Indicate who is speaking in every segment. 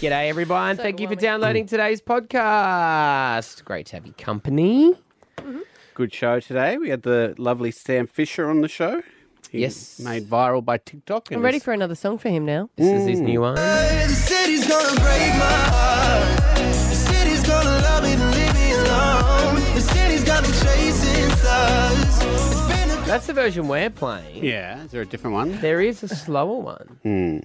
Speaker 1: G'day, everyone.
Speaker 2: So
Speaker 1: Thank you for
Speaker 2: overwhelming.
Speaker 1: downloading today's podcast. Great to have you company.
Speaker 3: Mm-hmm. Good show today. We had the lovely Sam Fisher on the show. He
Speaker 1: Yes.
Speaker 3: Made viral by TikTok. and
Speaker 2: I'm ready
Speaker 3: is-
Speaker 2: for another song for him now.
Speaker 1: This is his new
Speaker 4: Oh,
Speaker 1: one.
Speaker 4: The city's gonna break my heart. The city's gonna love me to leave me alone. The city's got me chasing stars. It's been a
Speaker 1: That's the version we're playing.
Speaker 3: Yeah. Is there a different one?
Speaker 1: There is a slower one.
Speaker 3: Hmm.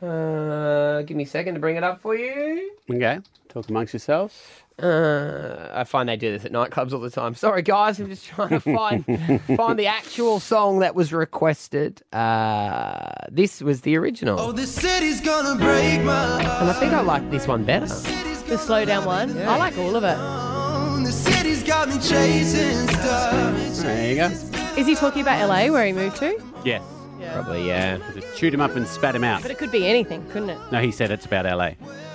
Speaker 1: Uh, give me a second to bring it up for you.
Speaker 3: Okay. Talk amongst yourselves.
Speaker 1: Uh, I find they do this at nightclubs all the time. Sorry, guys, I'm just trying to find find the actual song that was requested. Uh, this was the original,
Speaker 4: Oh, the city's gonna break my heart.
Speaker 1: and I think I like this one better.
Speaker 4: City's
Speaker 2: The
Speaker 4: gonna
Speaker 2: slow down
Speaker 4: love
Speaker 2: one.
Speaker 4: me
Speaker 2: I like all of it.
Speaker 4: alone. The city's got me chasing stars.
Speaker 3: There you go.
Speaker 2: Is he talking about LA where he moved to?
Speaker 3: Yes.
Speaker 1: Probably, yeah.
Speaker 3: Chewed him up and spat him out.
Speaker 2: But it could be anything, couldn't it?
Speaker 3: No, he said it's about LA.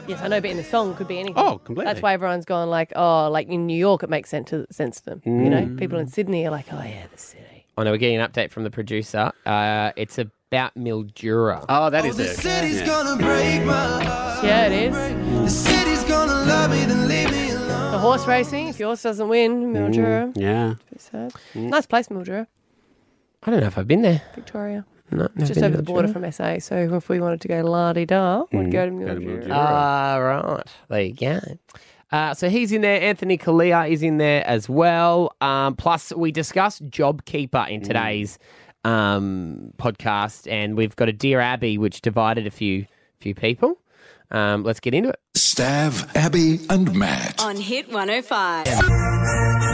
Speaker 2: Yes, I know, but in the song could be anything.
Speaker 3: Oh, completely.
Speaker 2: That's why everyone's gone like, oh, like in New York, it makes sense to, sense to them. You know, people in Sydney are like, oh yeah, the city.
Speaker 1: I know we're getting an update from the producer. Uh, it's about Mildura.
Speaker 3: Oh, that is
Speaker 4: The
Speaker 3: it.
Speaker 4: city's
Speaker 3: Yeah.
Speaker 4: gonna break my heart.
Speaker 2: Yeah, it is.
Speaker 4: The city's gonna love me to leave me alone.
Speaker 2: The horse racing. If yours doesn't win,
Speaker 3: Mm,
Speaker 2: Mildura.
Speaker 1: Mm,
Speaker 3: Yeah.
Speaker 2: It's sad. Nice place, Mildura,
Speaker 1: I don't know if I've been there.
Speaker 2: Victoria.
Speaker 1: No, never
Speaker 2: Just
Speaker 1: been
Speaker 2: over
Speaker 1: to
Speaker 2: the border
Speaker 1: Mildura. Mm.
Speaker 2: from SA. So if we wanted to go to La Di Da, we'd go to Mildura.
Speaker 3: Mildura.
Speaker 1: Mm-hmm. Ah, right. There you go. Uh, so he's in there. Anthony Kalia is in there as well. Um, plus, we discussed JobKeeper in today's um, podcast, and we've got a Dear Abby, which divided a few few people. Um, let's get into it.
Speaker 5: Stav, Abby, and Matt.
Speaker 6: on Hit 105.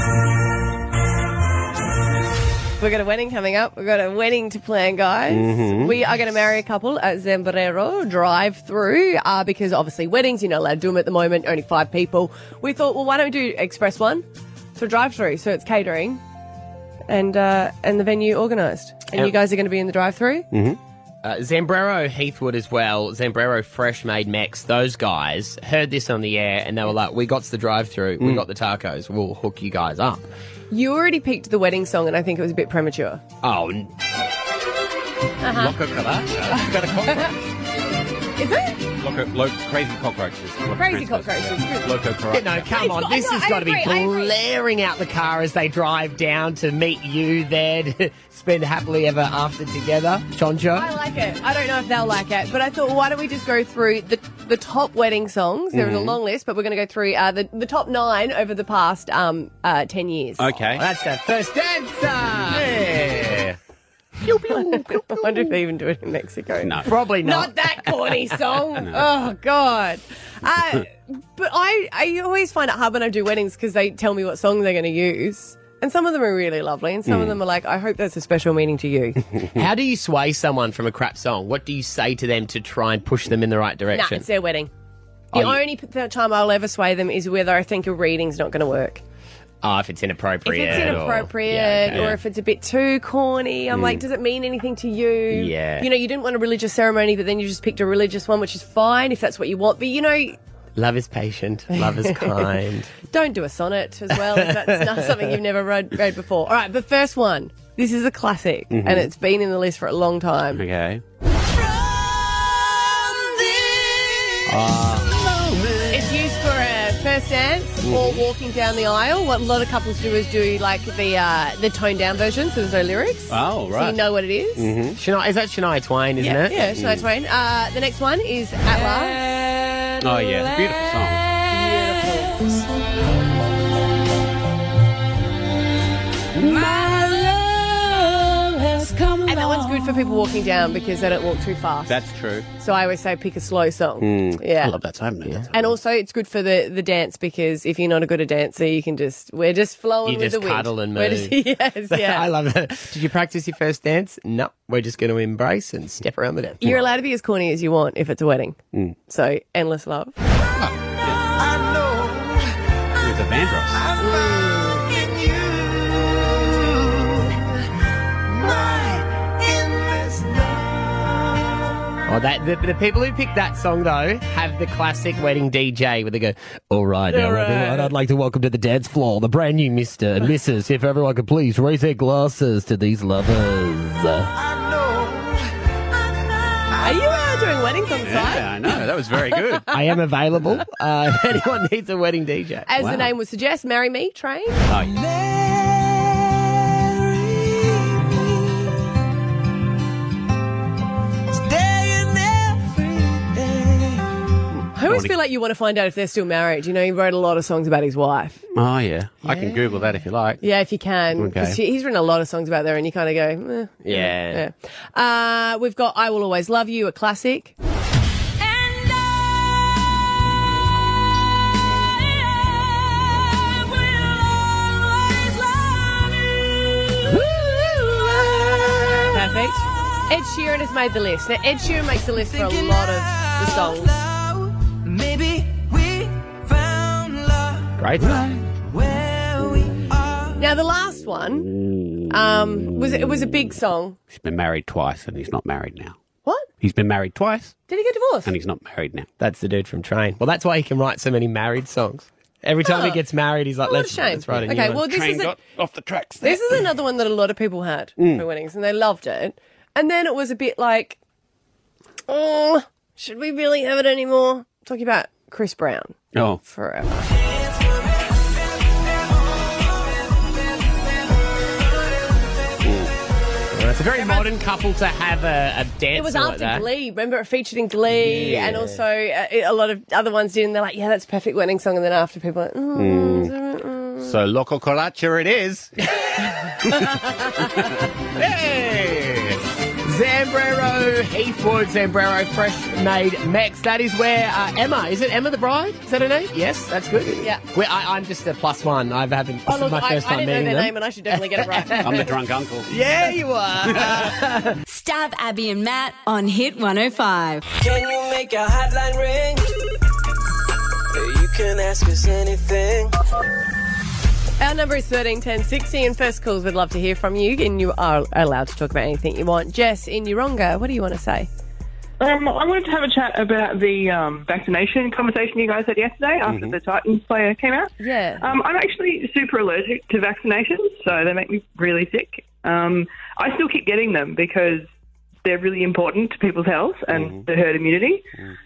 Speaker 2: We've got a wedding coming up. We've got a wedding to plan, guys.
Speaker 1: Mm-hmm.
Speaker 2: We are going to marry a couple at Zambrero drive through uh, because obviously weddings, you're not allowed to do them at the moment, only five people. We thought, well, why don't we do express one? So drive through, so it's catering and uh, and the venue organised. And you guys are going to be in the drive through?
Speaker 1: Uh, Zambrero Heathwood as well. Zambrero Fresh Made Mex. Those guys heard this on the air, and they were like, "We got the drive through. We got the tacos. We'll hook you guys up."
Speaker 2: You already picked the wedding song, and I think it was a bit premature.
Speaker 1: Oh. n- Loco Colacho. Got a cockroach.
Speaker 2: Is it?
Speaker 3: Loco, lo- crazy cockroaches. Loco
Speaker 2: Crazy cockroaches.
Speaker 3: Loco cockroaches.
Speaker 1: No, come on.
Speaker 2: I
Speaker 1: This
Speaker 2: know,
Speaker 1: has
Speaker 2: I
Speaker 1: got to be
Speaker 2: agree, I agree.
Speaker 1: blaring out the car as they drive down to meet you there to spend happily ever after together.
Speaker 2: I
Speaker 1: Choncho.
Speaker 2: like it. I don't know if they'll like it, but I thought, well, why don't we just go through the the top wedding songs? There was a long list, but we're going to go through uh, the the top nine over the past um uh, ten years.
Speaker 3: Okay.
Speaker 1: Oh, That's the first dancer. Yeah.
Speaker 2: I wonder if they even do it in Mexico.
Speaker 3: No.
Speaker 1: Probably not.
Speaker 2: Not that corny song. Oh God! Uh, but I, I always find it hard when I do weddings because they tell me what song they're going to use, and some of them are really lovely, and some of them are like, "I hope that's a special meaning to you."
Speaker 1: How do you sway someone from a crap song? What do you say to them to try and push them in the right
Speaker 2: nah,
Speaker 1: direction?
Speaker 2: it's their wedding.
Speaker 1: Oh,
Speaker 2: The
Speaker 1: you-
Speaker 2: only p- time I'll ever sway them is whether I think a reading's not going to work.
Speaker 1: oh, if it's
Speaker 2: If
Speaker 1: inappropriate.
Speaker 2: it's
Speaker 1: or-
Speaker 2: inappropriate
Speaker 1: Yeah, okay.
Speaker 2: or if it's a bit too corny, I'm like, does it mean anything to you?
Speaker 1: Yeah.
Speaker 2: You know, you didn't want a religious ceremony, but then you just picked a religious one, which is fine if that's what you want. But, you know,
Speaker 1: Love is patient. Love is kind.
Speaker 2: don't do a sonnet as well if that's not something you've never read, read before. All right, the first one. This is a classic, and it's been in the list for a long time.
Speaker 3: Okay.
Speaker 4: From this
Speaker 2: It's used for a first dance or walking down the aisle. What a lot of couples do is do like the uh, the toned down version, so there's no
Speaker 1: Uh,
Speaker 2: lyrics.
Speaker 3: Oh,
Speaker 2: So
Speaker 3: right.
Speaker 2: you know what it is.
Speaker 1: Mm-hmm. Shania, is that Shania Twain, isn't
Speaker 2: Yeah,
Speaker 1: it?
Speaker 2: yeah, Shania Twain. Uh, the next one is At Last.
Speaker 3: oh, yeah. It's a beautiful song.
Speaker 2: And that one's good for people walking down because they don't walk too fast.
Speaker 3: That's true.
Speaker 2: so I always say pick a slow song.
Speaker 6: Hmm,
Speaker 1: Mm.
Speaker 3: I
Speaker 2: Yeah.
Speaker 3: love that song. man.
Speaker 2: And also, it's good for the, the dance because if you're not a good a dancer, you can just we're just flowing
Speaker 1: You
Speaker 2: with
Speaker 1: just
Speaker 2: the wind.
Speaker 1: cuddle and
Speaker 2: We're
Speaker 1: move.
Speaker 2: just- yes, yeah.
Speaker 1: I love it. Did you practice your first dance? No. We're just going to embrace and step around the dance. Mm.
Speaker 2: You're allowed to be as corny as you want if it's a wedding.
Speaker 1: Hmm.
Speaker 2: So endless love.
Speaker 4: I know
Speaker 3: With the Vandross.
Speaker 4: I found in you my endless love.
Speaker 1: Oh, that, the, the people who pick that song, though, have the classic wedding DJ where they go, All right, now, everyone, I'd like to welcome to the dance floor the brand new Mr. and Mrs. If everyone could please raise their glasses to these lovers.
Speaker 4: I know I found
Speaker 2: Are you uh, doing weddings on the
Speaker 6: Yeah,
Speaker 2: side.
Speaker 6: I know. That was very good.
Speaker 1: I am available. Uh, if anyone needs a wedding DJ.
Speaker 2: As the name would suggest, marry me, train.
Speaker 1: Oh,
Speaker 2: I always feel like you want to find out if they're still married. You know, he wrote a lot of songs about his wife.
Speaker 6: oh, yeah. I can Google that if you like.
Speaker 2: Yeah, if you can. 'Cause
Speaker 6: Okay.
Speaker 2: she- he's written a lot of songs about there, and you kind of go, eh.
Speaker 1: Yeah.
Speaker 2: Uh, we've got I Will Always Love You, a classic. Perfect. Ed Sheeran has made the list. Now, Ed Sheeran makes the list for a lot of the songs.
Speaker 7: Maybe we found love
Speaker 1: Great.
Speaker 7: where we are.
Speaker 2: Now, the last one um, was it was a big song.
Speaker 6: He's been married twice and he's not married now.
Speaker 2: What?
Speaker 6: He's been married twice
Speaker 2: Did he get divorced?
Speaker 6: and he's not married now.
Speaker 1: That's the dude from Train. Well, that's why he can write so many married songs. Every time he
Speaker 2: Oh.
Speaker 1: gets married, he's like,
Speaker 2: what a
Speaker 1: let's,
Speaker 2: shame.
Speaker 1: let's write a new
Speaker 2: Okay,
Speaker 1: one.
Speaker 2: well, this
Speaker 6: Train
Speaker 2: is a,
Speaker 6: got off the tracks there.
Speaker 2: this is another one that a lot of people had for weddings, and they loved it. And then it was a bit like, oh, should we really have it anymore? Talking about Chris Brown
Speaker 6: Oh,
Speaker 2: forever.
Speaker 1: it's a very modern couple to have a, a dance.
Speaker 2: It was
Speaker 1: like
Speaker 2: after
Speaker 1: that.
Speaker 2: Glee. Remember, it featured in Glee,
Speaker 1: Yeah.
Speaker 2: and also uh, it- a lot of other ones did. And they're like, "Yeah, that's a perfect wedding song." And then after, people are like, mm,
Speaker 6: so Loco Colacha it is. hey!
Speaker 1: Zambrero, Heathwood, Zambrero, fresh made Mex. That is where uh, Emma, is it Emma the bride? Is that her name? Yes, that's good.
Speaker 2: Yeah.
Speaker 1: Where I, I'm just a plus one. I haven't, this
Speaker 2: "Oh
Speaker 1: is
Speaker 2: look,
Speaker 1: my
Speaker 2: I,
Speaker 1: first
Speaker 2: I
Speaker 1: time
Speaker 2: didn't know
Speaker 1: meeting
Speaker 2: their
Speaker 1: them.
Speaker 2: name, and I should definitely get it right."
Speaker 6: I'm the drunk uncle.
Speaker 1: Yeah, you are.
Speaker 8: Stab Abby and Matt on Hit 105.
Speaker 7: Can you make a hotline ring? You
Speaker 2: "Mm."
Speaker 7: can ask us anything.
Speaker 2: Our number is 13 10 60 and first calls we'd love to hear from you and you are allowed to talk about anything you want. Jess in Yoronga, what do you want to say?
Speaker 9: Um, I wanted to have a chat about the um, vaccination conversation you guys had yesterday after
Speaker 1: Mm-hmm.
Speaker 9: the Titans player came out.
Speaker 2: Yeah.
Speaker 9: Um, I'm actually super allergic to vaccinations, so they make me really sick. Um, I still keep getting them because they're really important to people's health and
Speaker 1: Mm-hmm.
Speaker 9: the herd immunity.
Speaker 1: Mm.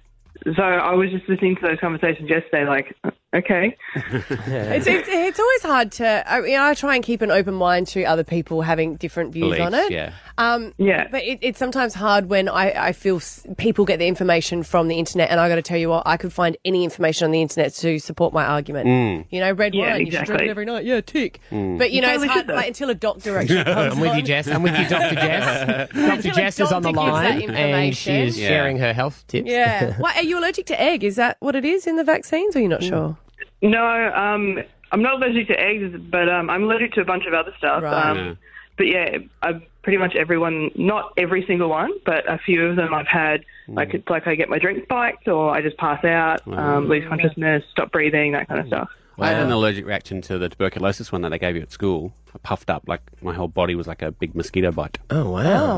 Speaker 9: So I was just listening to those conversations yesterday, like, uh, okay,
Speaker 2: It's, it's, it's always hard to I, you know, I try and keep an open mind to other people having different views
Speaker 6: Beliefs,
Speaker 2: on it.
Speaker 6: yeah.
Speaker 2: Um,
Speaker 9: Yeah.
Speaker 2: But it, it's sometimes hard when I, I feel s- people get the information from the internet, and I got to tell you what, I could find any information on the internet to support my argument.
Speaker 6: Mm.
Speaker 2: You know, red
Speaker 9: Yeah,
Speaker 2: wine, you should drink
Speaker 9: exactly.
Speaker 2: it every night. Yeah, tick.
Speaker 9: Hmm.
Speaker 2: But you know, it's
Speaker 9: Totally
Speaker 2: hard
Speaker 9: should, though.
Speaker 2: like, until a doctor actually comes
Speaker 1: Mm. I'm with you,
Speaker 2: along.
Speaker 1: Jess. I'm with you, Dr. Jess. Dr.
Speaker 2: Until
Speaker 1: Jess
Speaker 2: a
Speaker 1: is on the
Speaker 2: doctor gives that
Speaker 1: line and she is
Speaker 2: information.
Speaker 6: Yeah.
Speaker 1: sharing her health tips.
Speaker 2: Yeah. Why are you allergic to egg? Is that what it is in the vaccines? Or you're
Speaker 6: Mm.
Speaker 2: not sure?
Speaker 9: no, um, I'm not allergic to eggs, but um, I'm allergic to a bunch of other stuff.
Speaker 2: Right.
Speaker 9: Um, But yeah, I've pretty much everyone, not every single one, but a few of them I've had. Like it's like I get my drink spiked, or I just pass out, um, lose consciousness, stop breathing, that kind of stuff.
Speaker 6: I had an allergic reaction to the tuberculosis one that they gave you at school. I puffed up like my whole body was like a big mosquito bite. Mm,
Speaker 1: Oh, wow.
Speaker 2: Oh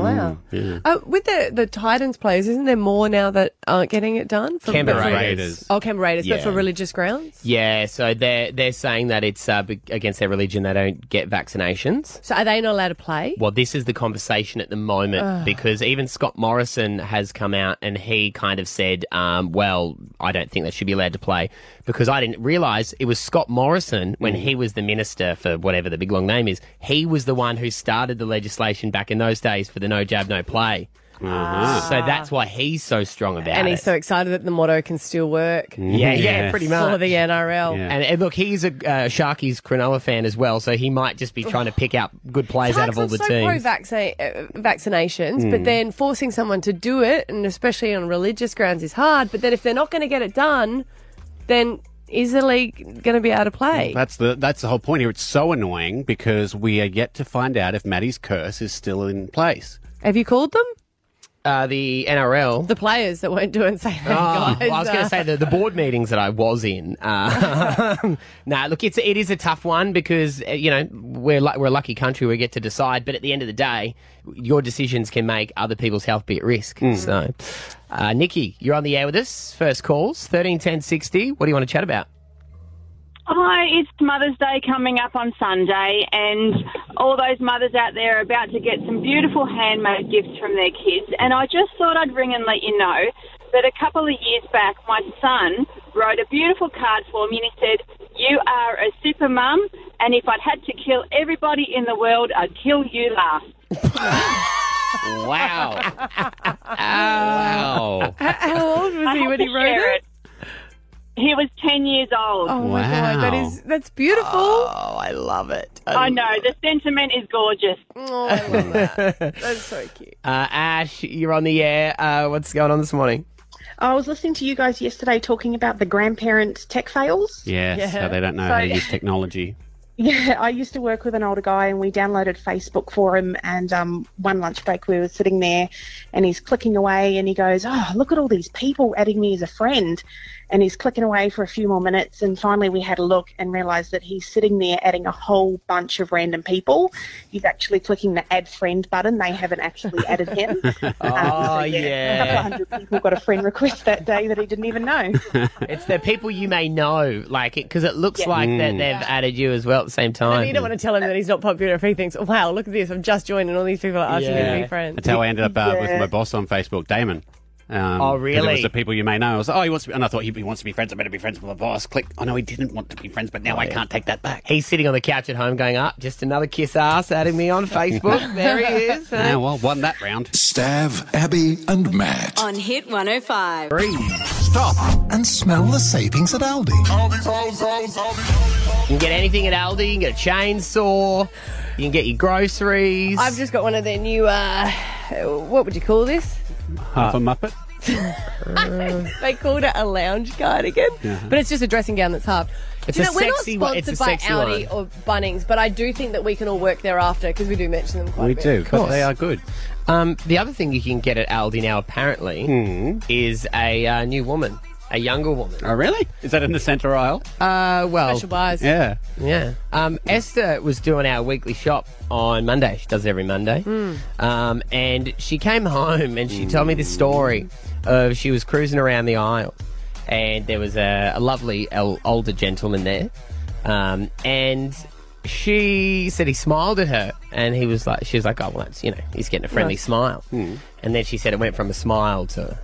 Speaker 2: wow! Uh, with the the Titans players, isn't there more now that aren't getting it done? For,
Speaker 1: Canberra
Speaker 2: for-
Speaker 1: Raiders.
Speaker 2: Oh, Canberra Raiders, but for
Speaker 6: Yeah.
Speaker 2: religious grounds.
Speaker 1: Yeah, so they're, they're saying that it's uh, be- against their religion. They don't get vaccinations.
Speaker 2: So are they not allowed to play?
Speaker 1: Well, this is the conversation at the moment because even Scott Morrison has come out and he kind of said, um, well, I don't think they should be allowed to play because I didn't realise it was Scott Morrison when he was the minister for whatever the big long name is. He was the one who started the legislation back in those days for the no jab, no play. So that's why he's so strong about
Speaker 2: Mm-hmm. and
Speaker 1: it. Mm-hmm.
Speaker 2: he's so excited that the motto can still work
Speaker 1: yeah, yeah,
Speaker 6: Yeah.
Speaker 1: pretty
Speaker 2: for
Speaker 1: much.
Speaker 2: the NRL.
Speaker 6: Yeah.
Speaker 1: And, and look, he's a uh, Sharkies Cronulla fan as well, so he might just be trying to pick out good players out of all
Speaker 2: I'm
Speaker 1: the
Speaker 2: so pro uh,
Speaker 1: teams.
Speaker 2: vaccinations,
Speaker 1: Mm.
Speaker 2: but then forcing someone to do it, and especially on religious grounds, is hard. But then if they're not going to get it done, then is the league going to be able to play?
Speaker 1: Mm,
Speaker 6: That's the that's the whole point here. It's so annoying because we are yet to find out if Maddie's curse is still in place.
Speaker 2: Have you called them?
Speaker 1: uh, the NRL.
Speaker 2: The players that won't do it and say, hey,
Speaker 1: Oh,
Speaker 2: guys.
Speaker 1: well, I was going
Speaker 2: uh,
Speaker 1: to say the, the board meetings that I was in. Uh, nah, look, it's it is a tough one because uh, you know we're lu- we're a lucky country we get to decide, but at the end of the day, your decisions can make other people's health be at risk.
Speaker 2: Hmm.
Speaker 1: So, uh, Nikki, you're on the air with us. First calls thirteen ten sixty. What do you want to chat about?
Speaker 10: Hi, it's Mother's Day coming up on Sunday, and all those mothers out there are about to get some beautiful handmade gifts from their kids. And I just thought I'd ring and let you know
Speaker 11: that a couple of years back, my son wrote a beautiful card for me and he said, You are a super mum, and if I'd had to kill everybody in the world, I'd kill you last.
Speaker 1: Wow. wow.
Speaker 2: How old was
Speaker 11: I
Speaker 2: he
Speaker 11: had
Speaker 2: when
Speaker 11: to
Speaker 2: he wrote
Speaker 11: share
Speaker 2: it?
Speaker 11: it. He was 10 years old.
Speaker 2: Oh my god, that is that's beautiful.
Speaker 1: Oh, I love it.
Speaker 11: I know, the sentiment is gorgeous.
Speaker 2: Oh, I love that. That's so cute.
Speaker 1: Uh, Ash, you're on the air. Uh, what's going on this morning?
Speaker 12: I was listening to you guys yesterday talking about the grandparents' tech fails.
Speaker 6: Yes, how they don't know how to use technology.
Speaker 12: Yeah, I used to work with an older guy, and we downloaded Facebook for him. And um, one lunch break, we were sitting there, and he's clicking away, and he goes, "Oh, look at all these people adding me as a friend," and he's clicking away for a few more minutes, and finally we had a look and realised that he's sitting there adding a whole bunch of random people. He's actually clicking the add friend button; they haven't actually added him. Um,
Speaker 1: Oh,
Speaker 12: A couple of
Speaker 1: yeah.
Speaker 12: hundred people got a friend request that day that he didn't even know.
Speaker 1: it's the people you may know, like it, because it looks like that they've added you as well at the same time.
Speaker 2: You don't want Hmm. to tell him that he's not popular if he thinks, wow, look at this, I've just joined and all these people are asking me to be friends.
Speaker 6: That's how I ended up uh, with my boss on Facebook, Damon. Um,
Speaker 1: Oh,
Speaker 6: 'cause It
Speaker 1: really?
Speaker 6: was the people you may know. I was like, oh, he wants to be, and I thought he, he wants to be friends. I better be friends with my boss. Click. Oh no, he didn't want to be friends, but
Speaker 1: Oh,
Speaker 6: now I can't take that back.
Speaker 1: He's sitting on the couch at home going, up, just another kiss ass adding me on Facebook. there he is.
Speaker 6: Oh, well, won that round.
Speaker 5: Stav, Abby, and Matt.
Speaker 8: On Hit 105.
Speaker 5: Stop and smell the savings at Aldi.
Speaker 1: You can get anything at Aldi, you can get a chainsaw, you can get your groceries.
Speaker 2: I've just got one of their new, uh, what would you call this?
Speaker 6: Half a muppet.
Speaker 1: Uh,
Speaker 2: They called it a lounge cardigan, but it's just a dressing gown that's halved.
Speaker 1: It's
Speaker 2: Do you
Speaker 1: a
Speaker 2: know, we're
Speaker 1: sexy
Speaker 2: not
Speaker 1: one- it's a
Speaker 2: sponsored by
Speaker 1: sexy
Speaker 2: Audi or Bunnings, but I do think that we can all work thereafter because we do mention them quite a
Speaker 6: We
Speaker 2: bit.
Speaker 6: do, but
Speaker 1: course.
Speaker 6: they are good.
Speaker 1: Um, the other thing you can get at Aldi now, apparently, is a uh, new woman, a younger woman.
Speaker 6: Hmm. Oh, really? Is that in the centre aisle?
Speaker 1: Uh, well,
Speaker 2: Special buys.
Speaker 6: Yeah.
Speaker 1: yeah. Um, Esther was doing our weekly shop on Monday. She does it every Monday. Um, and she came home and she told me this story of she was cruising around the aisle and there was a, a lovely el- older gentleman there. Um, and she said he smiled at her and he was like, she was like, oh, well, that's, you know, he's getting a friendly smile. And then she said it went from a smile to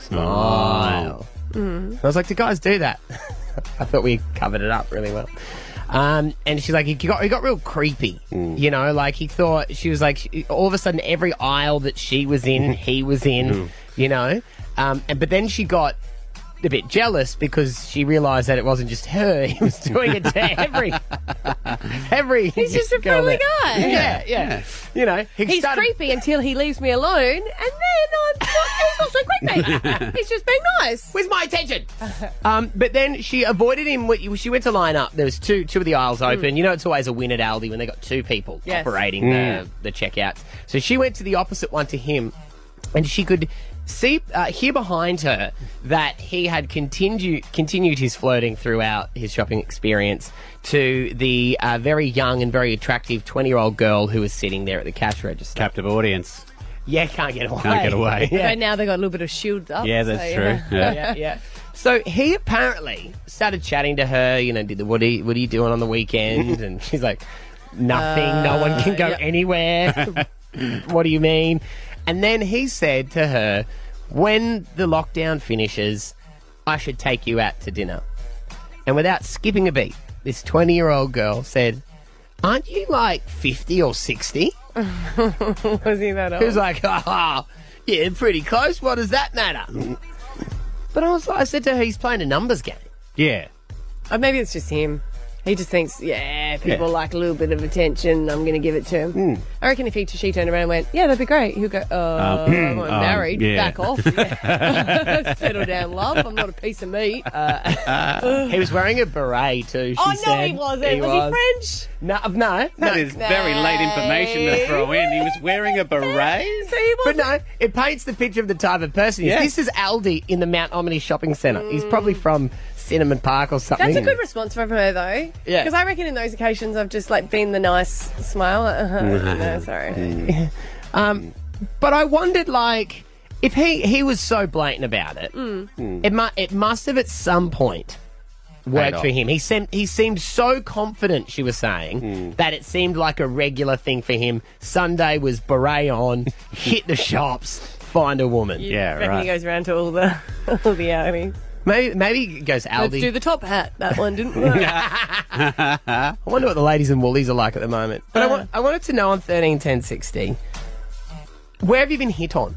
Speaker 1: smile.
Speaker 7: Oh.
Speaker 1: I was like, do guys do that? I thought we covered it up really well. Um, and she's like, he got, he got real creepy, you know, like he thought she was like, she- all of a sudden every aisle that she was in, he was in, you know, um, and, but then she got a bit jealous because she realised that it wasn't just her, he was doing it to every, every. He's
Speaker 2: just a friendly guy.
Speaker 1: Yeah, yeah. You know, he
Speaker 2: He's
Speaker 1: started-
Speaker 2: creepy until he leaves me alone, and then I'm he's not so creepy. he's just being nice.
Speaker 1: Where's my attention? um, but then she avoided him. when- She went to line up. There was two two of the aisles open. You know, it's always a win at Aldi when they got two people
Speaker 2: Yes.
Speaker 1: operating
Speaker 6: Hmm.
Speaker 1: the, the checkouts. So she went to the opposite one to him, and she could see uh, hear behind her that he had continued continued his flirting throughout his shopping experience to the uh, very young and very attractive twenty year old girl who was sitting there at the cash register.
Speaker 6: Captive audience.
Speaker 1: Yeah, can't get away.
Speaker 6: Can't get away.
Speaker 1: Yeah.
Speaker 2: But now they got a little bit of shields up.
Speaker 6: Yeah, that's
Speaker 2: so, you
Speaker 6: true.
Speaker 2: know.
Speaker 6: Yeah.
Speaker 1: yeah, yeah. So he apparently started chatting to her. You know, did the what are you, what are you doing on the weekend? and she's like, nothing. no one can
Speaker 2: Uh,
Speaker 1: go anywhere. what do you mean? And then he said to her, when the lockdown finishes, I should take you out to dinner. And without skipping a beat, this twenty-year-old girl said. Aren't you like 50 or 60?
Speaker 2: Was he that old?
Speaker 1: He was like, oh, yeah, pretty close. What does that
Speaker 2: Mm.
Speaker 1: matter? But I was like, I said to her, he's playing a numbers game.
Speaker 6: Yeah.
Speaker 2: Or Oh, maybe it's just him. He just thinks, yeah, people
Speaker 6: Yeah. Hmm.
Speaker 2: like a little bit of attention. I'm going to give it to him. I reckon if he she turned around and went, yeah, that'd be great. He'll go, oh, I'm
Speaker 6: Uh, um,
Speaker 2: married.
Speaker 6: yeah.
Speaker 2: Back off. Yeah. Settle down, love. I'm not a piece of meat. Uh,
Speaker 1: He was wearing a beret too. She
Speaker 2: oh no,
Speaker 1: said.
Speaker 2: he wasn't. was, he
Speaker 1: No, uh, no, no.
Speaker 6: That is very late information to throw in. He was wearing a beret.
Speaker 2: French? So he
Speaker 1: But
Speaker 2: wasn't.
Speaker 1: no, it paints the picture of the type of person he is.
Speaker 6: Yes.
Speaker 1: This is Aldi in the Mount Omni shopping centre. He's probably from Cinnamon Park or something.
Speaker 2: That's a good response from her though.
Speaker 1: Yeah.
Speaker 2: Because I reckon in those occasions I've just like been the nice smile. Uh-huh. no, sorry.
Speaker 1: Um, But I wondered, like, if he he was so blatant about it, it must it must have at some point worked
Speaker 6: Paid
Speaker 1: for
Speaker 6: off.
Speaker 1: him. He seemed he seemed so confident. She was saying that it seemed like a regular thing for him. Sunday was beret on, hit the shops. find a woman.
Speaker 2: You reckon He goes around to all the all the armies.
Speaker 1: Maybe maybe it goes Aldi.
Speaker 2: Let's do the top hat. That one didn't work.
Speaker 1: I wonder what the ladies in Woolies are like at the moment. But I, want, I wanted to know on 13, 10, 60, where have you been hit on?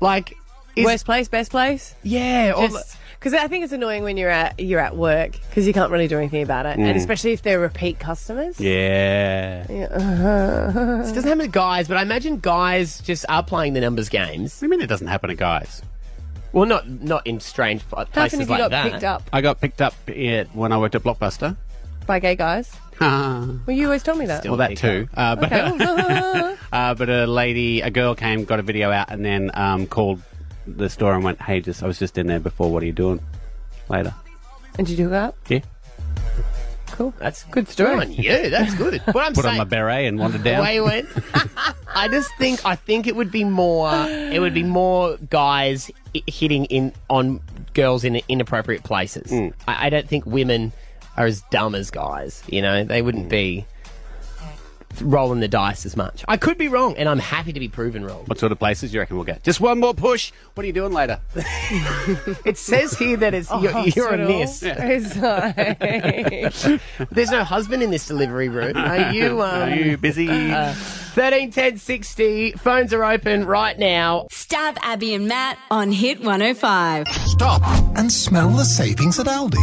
Speaker 1: Like, is,
Speaker 2: Worst place, best place.
Speaker 1: Yeah, all the-
Speaker 2: because I think it's annoying when you're at you're at work because you can't really do anything about it,
Speaker 1: Mm.
Speaker 2: and especially if they're repeat customers.
Speaker 6: Yeah.
Speaker 1: this doesn't happen to guys, but I imagine guys just are playing the numbers games. I
Speaker 6: mean, it doesn't happen to guys.
Speaker 1: Well, not not in strange pl-
Speaker 2: How
Speaker 1: places
Speaker 2: often have you
Speaker 1: like
Speaker 2: got
Speaker 1: that.
Speaker 2: picked up
Speaker 6: I got picked up yeah, when I worked at Blockbuster.
Speaker 2: by gay guys?
Speaker 6: well,
Speaker 2: Well, you always told me that.
Speaker 6: that too. Uh, but
Speaker 2: Okay.
Speaker 6: uh, but a lady, a girl came, got a video out, and then um, called the store and went, "Hey, just I was just in there before. What are you doing?" Later.
Speaker 2: and did you do that?
Speaker 6: Yeah.
Speaker 2: Cool.
Speaker 1: That's a good story on you. That's good. What I'm
Speaker 6: Put on
Speaker 1: saying,
Speaker 6: my beret and wandered down.
Speaker 1: Way went. I just think I think it would be more it would be more guys i- hitting in on girls in inappropriate places.
Speaker 6: Hmm.
Speaker 1: I, I don't think women are as dumb as guys. You know, they wouldn't be rolling the dice as much. I could be wrong, and I'm happy to be proven wrong.
Speaker 6: What sort of places do you reckon we'll get? Just one more push. What are you doing later?
Speaker 1: it says here that
Speaker 2: Oh,
Speaker 1: it's you're, you're a miss. There's no husband in this delivery room. Are you? Um, Uh,
Speaker 6: Are you busy?
Speaker 1: Thirteen ten sixty. Phones are open right now.
Speaker 8: Stab Abby and Matt on Hit 105.
Speaker 5: Stop and smell the savings at Aldi.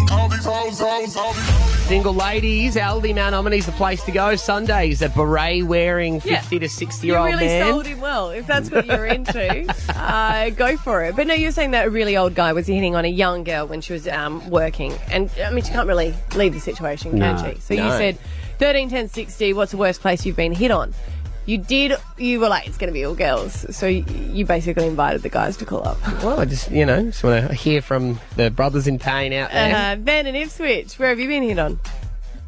Speaker 1: Single ladies, Aldi Mount Omni's the place to go. Sundays, a beret wearing
Speaker 2: Yeah.
Speaker 1: 50 to 60
Speaker 2: You
Speaker 1: year old
Speaker 2: really sold
Speaker 1: man.
Speaker 2: him well. If that's what you're into, uh, go for it. But no, you're saying that a really old guy was hitting on a young girl when she was um, working, and I mean she can't really leave the situation, can
Speaker 13: No.
Speaker 2: she? So you
Speaker 13: No.
Speaker 2: said thirteen, ten, sixty. What's the worst place you've been hit on? You did. You were like, it's going to be all girls. So y- you basically invited the guys to call up. Uh-huh.
Speaker 1: Well, Oh, I just, you know, just want to hear from the brothers in pain out there.
Speaker 14: Uh-huh.
Speaker 2: Uh, ben and Ipswich, where have you been hit on?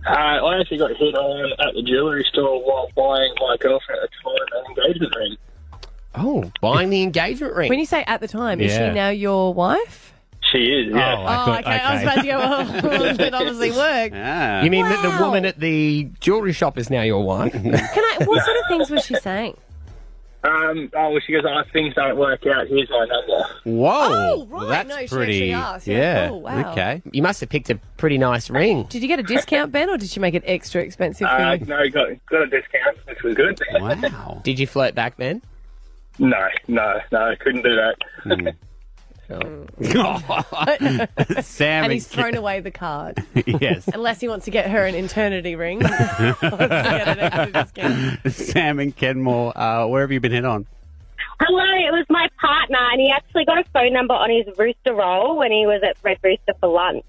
Speaker 14: Uh, I actually got hit on at the jewellery store while buying my girlfriend a time an engagement ring.
Speaker 1: Oh, buying the engagement ring.
Speaker 2: When you say at the time, is she
Speaker 1: Yeah.
Speaker 2: now your wife?
Speaker 14: She is. Yeah.
Speaker 1: Oh, I
Speaker 2: oh,
Speaker 1: thought-
Speaker 2: okay. I was
Speaker 1: okay.
Speaker 2: about to go. Oh, well, it obviously worked.
Speaker 1: You mean that the woman at the jewelry shop is now your wife?
Speaker 2: Can I? What sort of things was she saying?
Speaker 14: Um, oh, well, she goes, oh, if things don't work out, here's my number.
Speaker 6: Whoa.
Speaker 2: Oh,
Speaker 1: Well,
Speaker 2: right.
Speaker 1: that's
Speaker 2: no, she
Speaker 1: pretty-
Speaker 2: actually asked. Yeah.
Speaker 1: yeah,
Speaker 2: Oh, wow.
Speaker 1: Okay. You must have picked a pretty nice ring.
Speaker 2: Did you get a discount, Ben, or did she make it extra expensive for
Speaker 14: Uh,
Speaker 2: you?
Speaker 14: no, got, got a discount, which was good.
Speaker 1: Wow. Did you flirt back then?
Speaker 14: no, no, no, couldn't do that.
Speaker 1: Hmm.
Speaker 6: Sam
Speaker 2: and he's thrown away the card.
Speaker 6: Yes.
Speaker 2: Unless he wants to get her an eternity ring.
Speaker 6: Sam and Kenmore, uh, where have you been hit on?
Speaker 15: Hello, it was my partner, and he actually got a phone number on his rooster roll when he was at Red Rooster for lunch.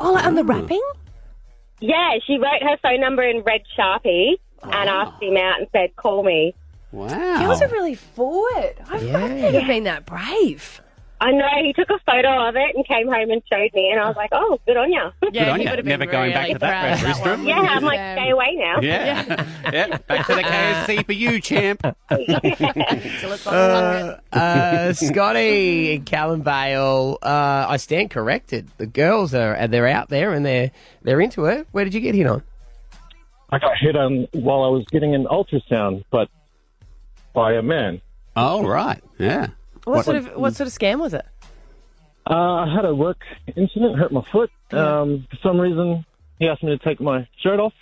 Speaker 2: Oh, like on the wrapping?
Speaker 15: Yeah, she wrote her phone number in red sharpie and
Speaker 2: Oh.
Speaker 15: asked him out and said, "Call me."
Speaker 6: Wow,
Speaker 2: Girls are really forward. I yeah. think you've been that brave.
Speaker 15: I know. He took a photo of it and came home and showed me, and I was like, "Oh, good on you."
Speaker 6: Good on ya. Never going back to that red rooster.
Speaker 15: Yeah, I'm like, stay away now.
Speaker 6: Yeah. yeah. Back to the KFC for you, champ.
Speaker 1: Uh, uh, Scotty in Callum Vale. Uh, I stand corrected. The girls are uh, they're out there and they're they're into it. Where did you get hit on?
Speaker 7: I got hit on while I was getting an ultrasound, but by a man.
Speaker 6: Oh right, yeah.
Speaker 2: What, sort of what sort of scam was it?
Speaker 7: Uh, I had a work incident, hurt my foot. Um, for some reason, he asked me to take my shirt off,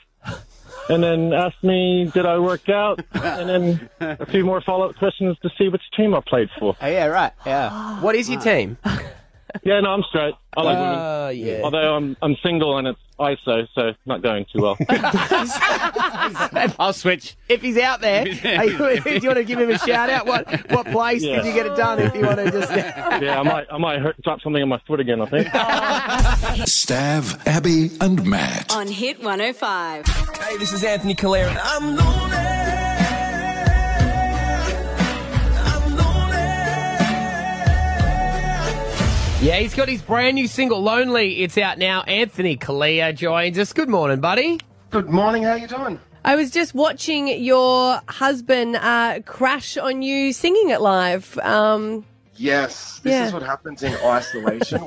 Speaker 7: and then asked me did I work out, and then a few more follow-up questions to see which team I played for.
Speaker 1: Oh, yeah, right. Yeah. What is your team?
Speaker 7: Yeah, no, I'm straight. I like
Speaker 1: Uh,
Speaker 7: women.
Speaker 1: yeah.
Speaker 7: Although I'm I'm single and it's ISO, so not going too well.
Speaker 6: I'll switch.
Speaker 1: If he's out there, are you- do you want to give him a shout out? What what place
Speaker 7: Yeah.
Speaker 1: did you get it done? If you want to just
Speaker 7: yeah, I might I might hurt, drop something on my foot again. I think.
Speaker 5: Oh, Stav, Abby, and Matt.
Speaker 8: On Hit 105.
Speaker 4: Hey, this is Anthony Calera. I'm lonely.
Speaker 1: yeah, he's got his brand new single "Lonely." It's out now. Anthony Kalia joins us. Good morning, buddy.
Speaker 16: Good morning. How you doing?
Speaker 2: I was just watching your husband uh, crash on you singing it live. Um,
Speaker 16: Yes, this
Speaker 2: Yeah.
Speaker 16: is what happens in isolation.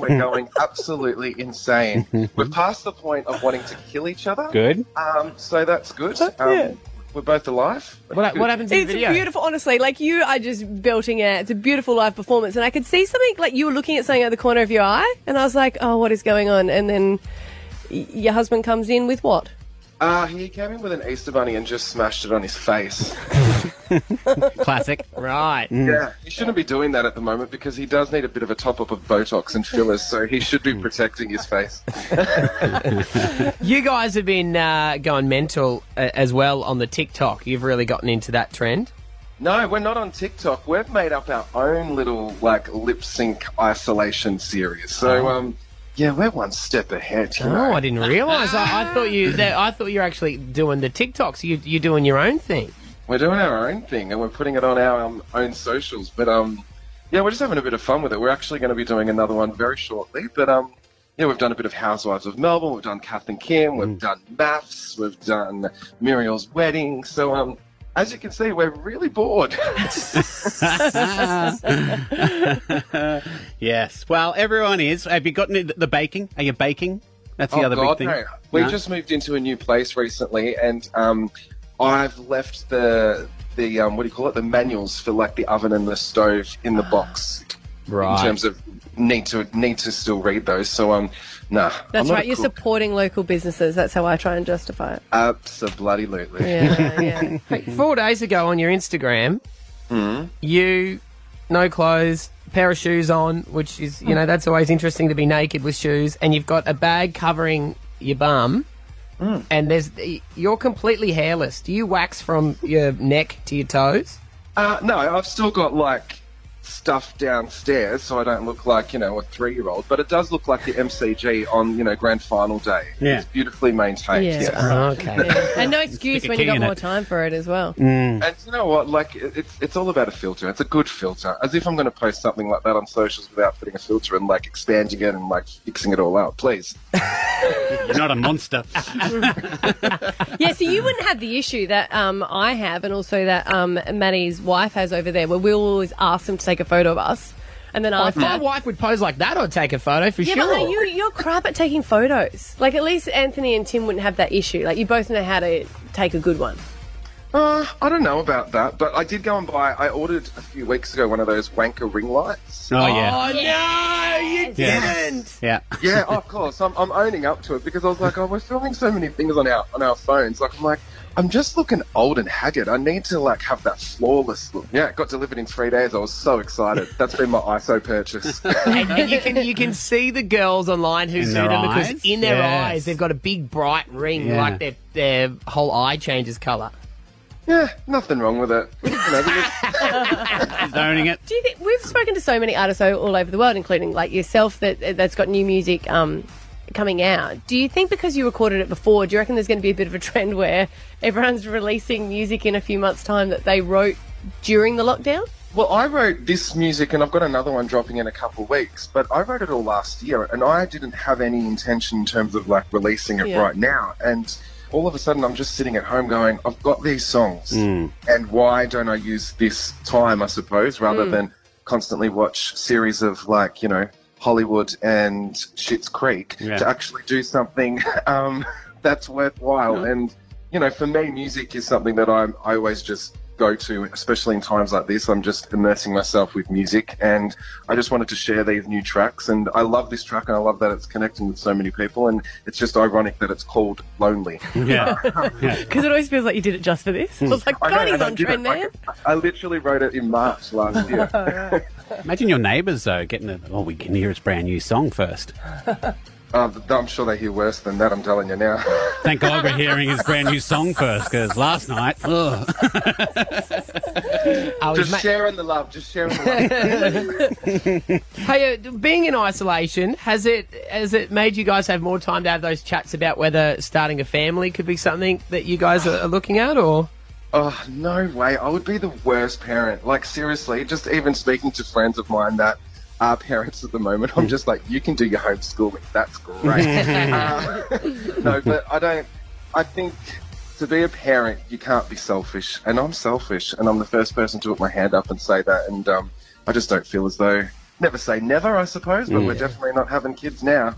Speaker 16: We're going absolutely insane. We're past the point of wanting to kill each other.
Speaker 6: Good.
Speaker 16: Um, so that's good. Um, We're both alive.
Speaker 1: What, what happens in
Speaker 2: it's beautiful, honestly. Like you are just belting it. out. It's a beautiful live performance, and I could see something like you were looking at something out the corner of your eye, and I was like, "Oh, what is going on?" And then y- your husband comes in with what?
Speaker 16: Uh, he came in with an Easter bunny and just smashed it on his face.
Speaker 1: Classic. Right.
Speaker 2: Mm.
Speaker 16: Yeah, he shouldn't be doing that at the moment because he does need a bit of a top up of Botox and fillers, so he should
Speaker 2: Mm.
Speaker 16: be protecting his face.
Speaker 1: You guys have been uh, going mental uh, as well on the TikTok. You've really gotten into that trend.
Speaker 16: No, we're not on TikTok. We've made up our own little like lip sync isolation series. So um, yeah, we're one step ahead. You know?
Speaker 1: Oh, I didn't realise. I, I thought you. That, I thought you were actually doing the TikToks. You, you're doing your own thing.
Speaker 16: We're doing our own thing and we're putting it on our um, own socials. But um, yeah, we're just having a bit of fun with it. We're actually going to be doing another one very shortly. But um, yeah, we've done a bit of Housewives of Melbourne. We've done Kath and Kim. We've done Maths. We've done Muriel's Wedding. So um, as you can see, we're really bored.
Speaker 6: yes. Well, everyone is. Have you gotten it- the baking? Are you baking? That's the
Speaker 16: Oh,
Speaker 6: other
Speaker 16: God,
Speaker 6: big thing.
Speaker 16: no. We
Speaker 6: No?
Speaker 16: just moved into a new place recently, and um, I've left the the um, what do you call it? The manuals for like the oven and the stove in the box.
Speaker 1: Right.
Speaker 16: In terms of need to need to still read those. So um, nah. I'm
Speaker 2: That's
Speaker 16: not
Speaker 2: right.
Speaker 16: a
Speaker 2: You're
Speaker 16: cook.
Speaker 2: supporting local businesses. That's how I try and justify it.
Speaker 16: Absolutely.
Speaker 2: Yeah,
Speaker 1: Like, four days ago on your Instagram, you no clothes, pair of shoes on, which is you know that's always interesting to be naked with shoes, and you've got a bag covering your bum, and there's you're completely hairless. Do you wax from your neck to your toes?
Speaker 16: Uh, no, I've still got like stuff downstairs, so I don't look like you know a three year old. But it does look like the MCG on you know grand final day.
Speaker 6: Yeah.
Speaker 16: It's beautifully maintained.
Speaker 2: Yeah.
Speaker 16: yes.
Speaker 2: Oh,
Speaker 1: okay.
Speaker 2: And no excuse
Speaker 16: Stick a
Speaker 2: when you
Speaker 16: key
Speaker 2: got
Speaker 16: in
Speaker 2: more
Speaker 16: it. Mm.
Speaker 2: time for it as well.
Speaker 6: Mm.
Speaker 16: And you know what? Like, it- it's it's all about a filter. It's a good filter. As if I'm going to post something like that on socials without putting a filter and like expanding it and like fixing it all out. Please.
Speaker 6: You're not a monster.
Speaker 2: yeah, so you wouldn't have the issue that um, I have, and also that um, Maddie's wife has over there, where we'll always ask them to take a photo of us, and then
Speaker 1: Oh, if
Speaker 2: after.
Speaker 1: my wife would pose like that, I'd take a photo for
Speaker 2: yeah,
Speaker 1: sure.
Speaker 2: but like, you, you're crap at taking photos. Like, at least Anthony and Tim wouldn't have that issue. Like, you both know how to take a good one.
Speaker 16: Uh, I don't know about that, but I did go and buy. I ordered a few weeks ago one of those wanker ring lights.
Speaker 6: Oh, yeah.
Speaker 1: no, you
Speaker 6: Yeah. Yeah.
Speaker 16: yeah, of course. I'm, I'm owning up to it because I was like, oh, we're filming so many things on our on our phones. Like, I'm like, I'm just looking old and haggard. I need to like have that flawless look. Yeah, it got delivered in three days. I was so excited. That's been my ISO purchase.
Speaker 1: and, and you can you can see the girls online who
Speaker 16: In
Speaker 1: do
Speaker 16: their
Speaker 1: them
Speaker 16: eyes?
Speaker 1: because in their
Speaker 16: Yes.
Speaker 1: eyes they've got a big bright ring,
Speaker 16: Yeah.
Speaker 1: like their their whole eye changes colour.
Speaker 16: yeah, nothing wrong with it. You know, we just-
Speaker 6: owning it.
Speaker 2: Do you think we've spoken to so many artists o- all over the world, including like yourself, that that's got new music um, coming out? Do you think because you recorded it before, do you reckon there's going to be a bit of a trend where everyone's releasing music in a few months' time that they wrote during the lockdown?
Speaker 16: Well, I wrote this music and I've got another one dropping in a couple of weeks, but I wrote it all last year and I didn't have any intention in terms of like releasing it
Speaker 13: Yeah.
Speaker 16: right now. And all of a sudden I'm just sitting at home going, I've got these songs and why don't I use this time, I suppose, rather
Speaker 13: Mm.
Speaker 16: than constantly watch series of like, you know, Hollywood and Shits Creek to actually do something um, that's worthwhile. And you know, for me, music is something that I'm I always just go to, especially in times like this. I'm just immersing myself with music, and I just wanted to share these new tracks. And I love this track, and I love that it's connecting with so many people. And it's just ironic that it's called Lonely.
Speaker 6: Yeah.
Speaker 2: Because it always feels like you did it just for this. I was like,
Speaker 16: I know,
Speaker 2: God, he's
Speaker 16: and I
Speaker 2: on
Speaker 16: did
Speaker 2: trend
Speaker 16: it. I-
Speaker 2: there.
Speaker 16: I literally wrote it in March last year.
Speaker 6: Imagine your neighbours though getting a. Oh, we can hear its brand new song first.
Speaker 16: Uh, I'm sure they hear worse than that. I'm telling you now.
Speaker 6: Thank God we're hearing his brand new song first because last night. Ugh.
Speaker 16: just sharing the love. Just sharing the love.
Speaker 1: hey, uh, being in isolation has it has it made you guys have more time to have those chats about whether starting a family could be something that you guys are, are looking at, or
Speaker 16: Oh, no way. I would be the worst parent. Like, seriously, just even speaking to friends of mine that are parents at the moment, I'm just like, you can do your homeschooling. That's great. Uh, no, but I don't. I think to be a parent, you can't be selfish. And I'm selfish. And I'm the first person to put my hand up and say that. And um, I just don't feel as though. Never say never, I suppose, but
Speaker 13: Mm.
Speaker 16: we're definitely not having kids now.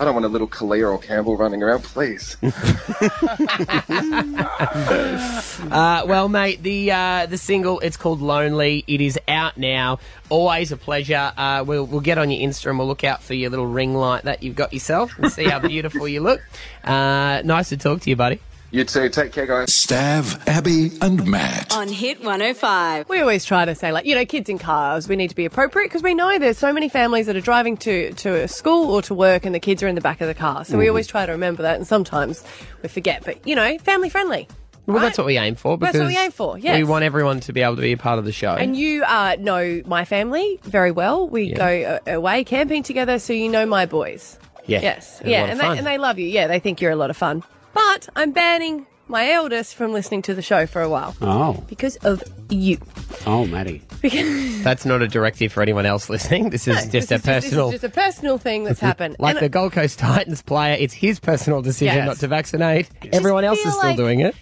Speaker 16: I don't want a little Kalia or Campbell running around, please.
Speaker 1: Uh, well, mate, the uh, the single it's called Lonely. It is out now. Always a pleasure. Uh, we'll we'll get on your Insta and we'll look out for your little ring light that you've got yourself and see how beautiful you look. Uh, nice to talk to you, buddy.
Speaker 16: You too. Take care, guys.
Speaker 5: Stav, Abby, and Matt.
Speaker 2: On Hit 105. We always try to say, like, you know, kids in cars, we need to be appropriate because we know there's so many families that are driving to, to school or to work and the kids are in the back of the car. So we
Speaker 1: Mhm.
Speaker 2: always try to remember that and sometimes we forget, but, you know, family friendly.
Speaker 1: Well, that's what we aim for.
Speaker 2: That's
Speaker 1: Because
Speaker 2: what we aim for, yes.
Speaker 1: we want everyone to be able to be a part of the show.
Speaker 2: And you uh, know my family very well. We go uh, away camping together, so you know my boys.
Speaker 1: Yeah,
Speaker 2: Yes.
Speaker 1: they're a
Speaker 2: Yeah.
Speaker 1: lot of
Speaker 2: And
Speaker 1: fun.
Speaker 2: they, and they love you. Yeah. They think you're a lot of fun. But I'm banning my eldest from listening to the show for a while
Speaker 1: oh,
Speaker 2: because of you.
Speaker 1: oh, Maddie.
Speaker 2: Because
Speaker 1: That's not a directive for anyone else listening. This is
Speaker 2: No,
Speaker 1: just
Speaker 2: this
Speaker 1: a
Speaker 2: is this is
Speaker 1: personal.
Speaker 2: just a personal thing that's happened.
Speaker 1: like
Speaker 2: And
Speaker 1: the Gold Coast Titans player, it's his personal decision
Speaker 2: Yes.
Speaker 1: not to vaccinate. Everyone else
Speaker 2: feel
Speaker 1: is still
Speaker 2: like-
Speaker 1: doing it.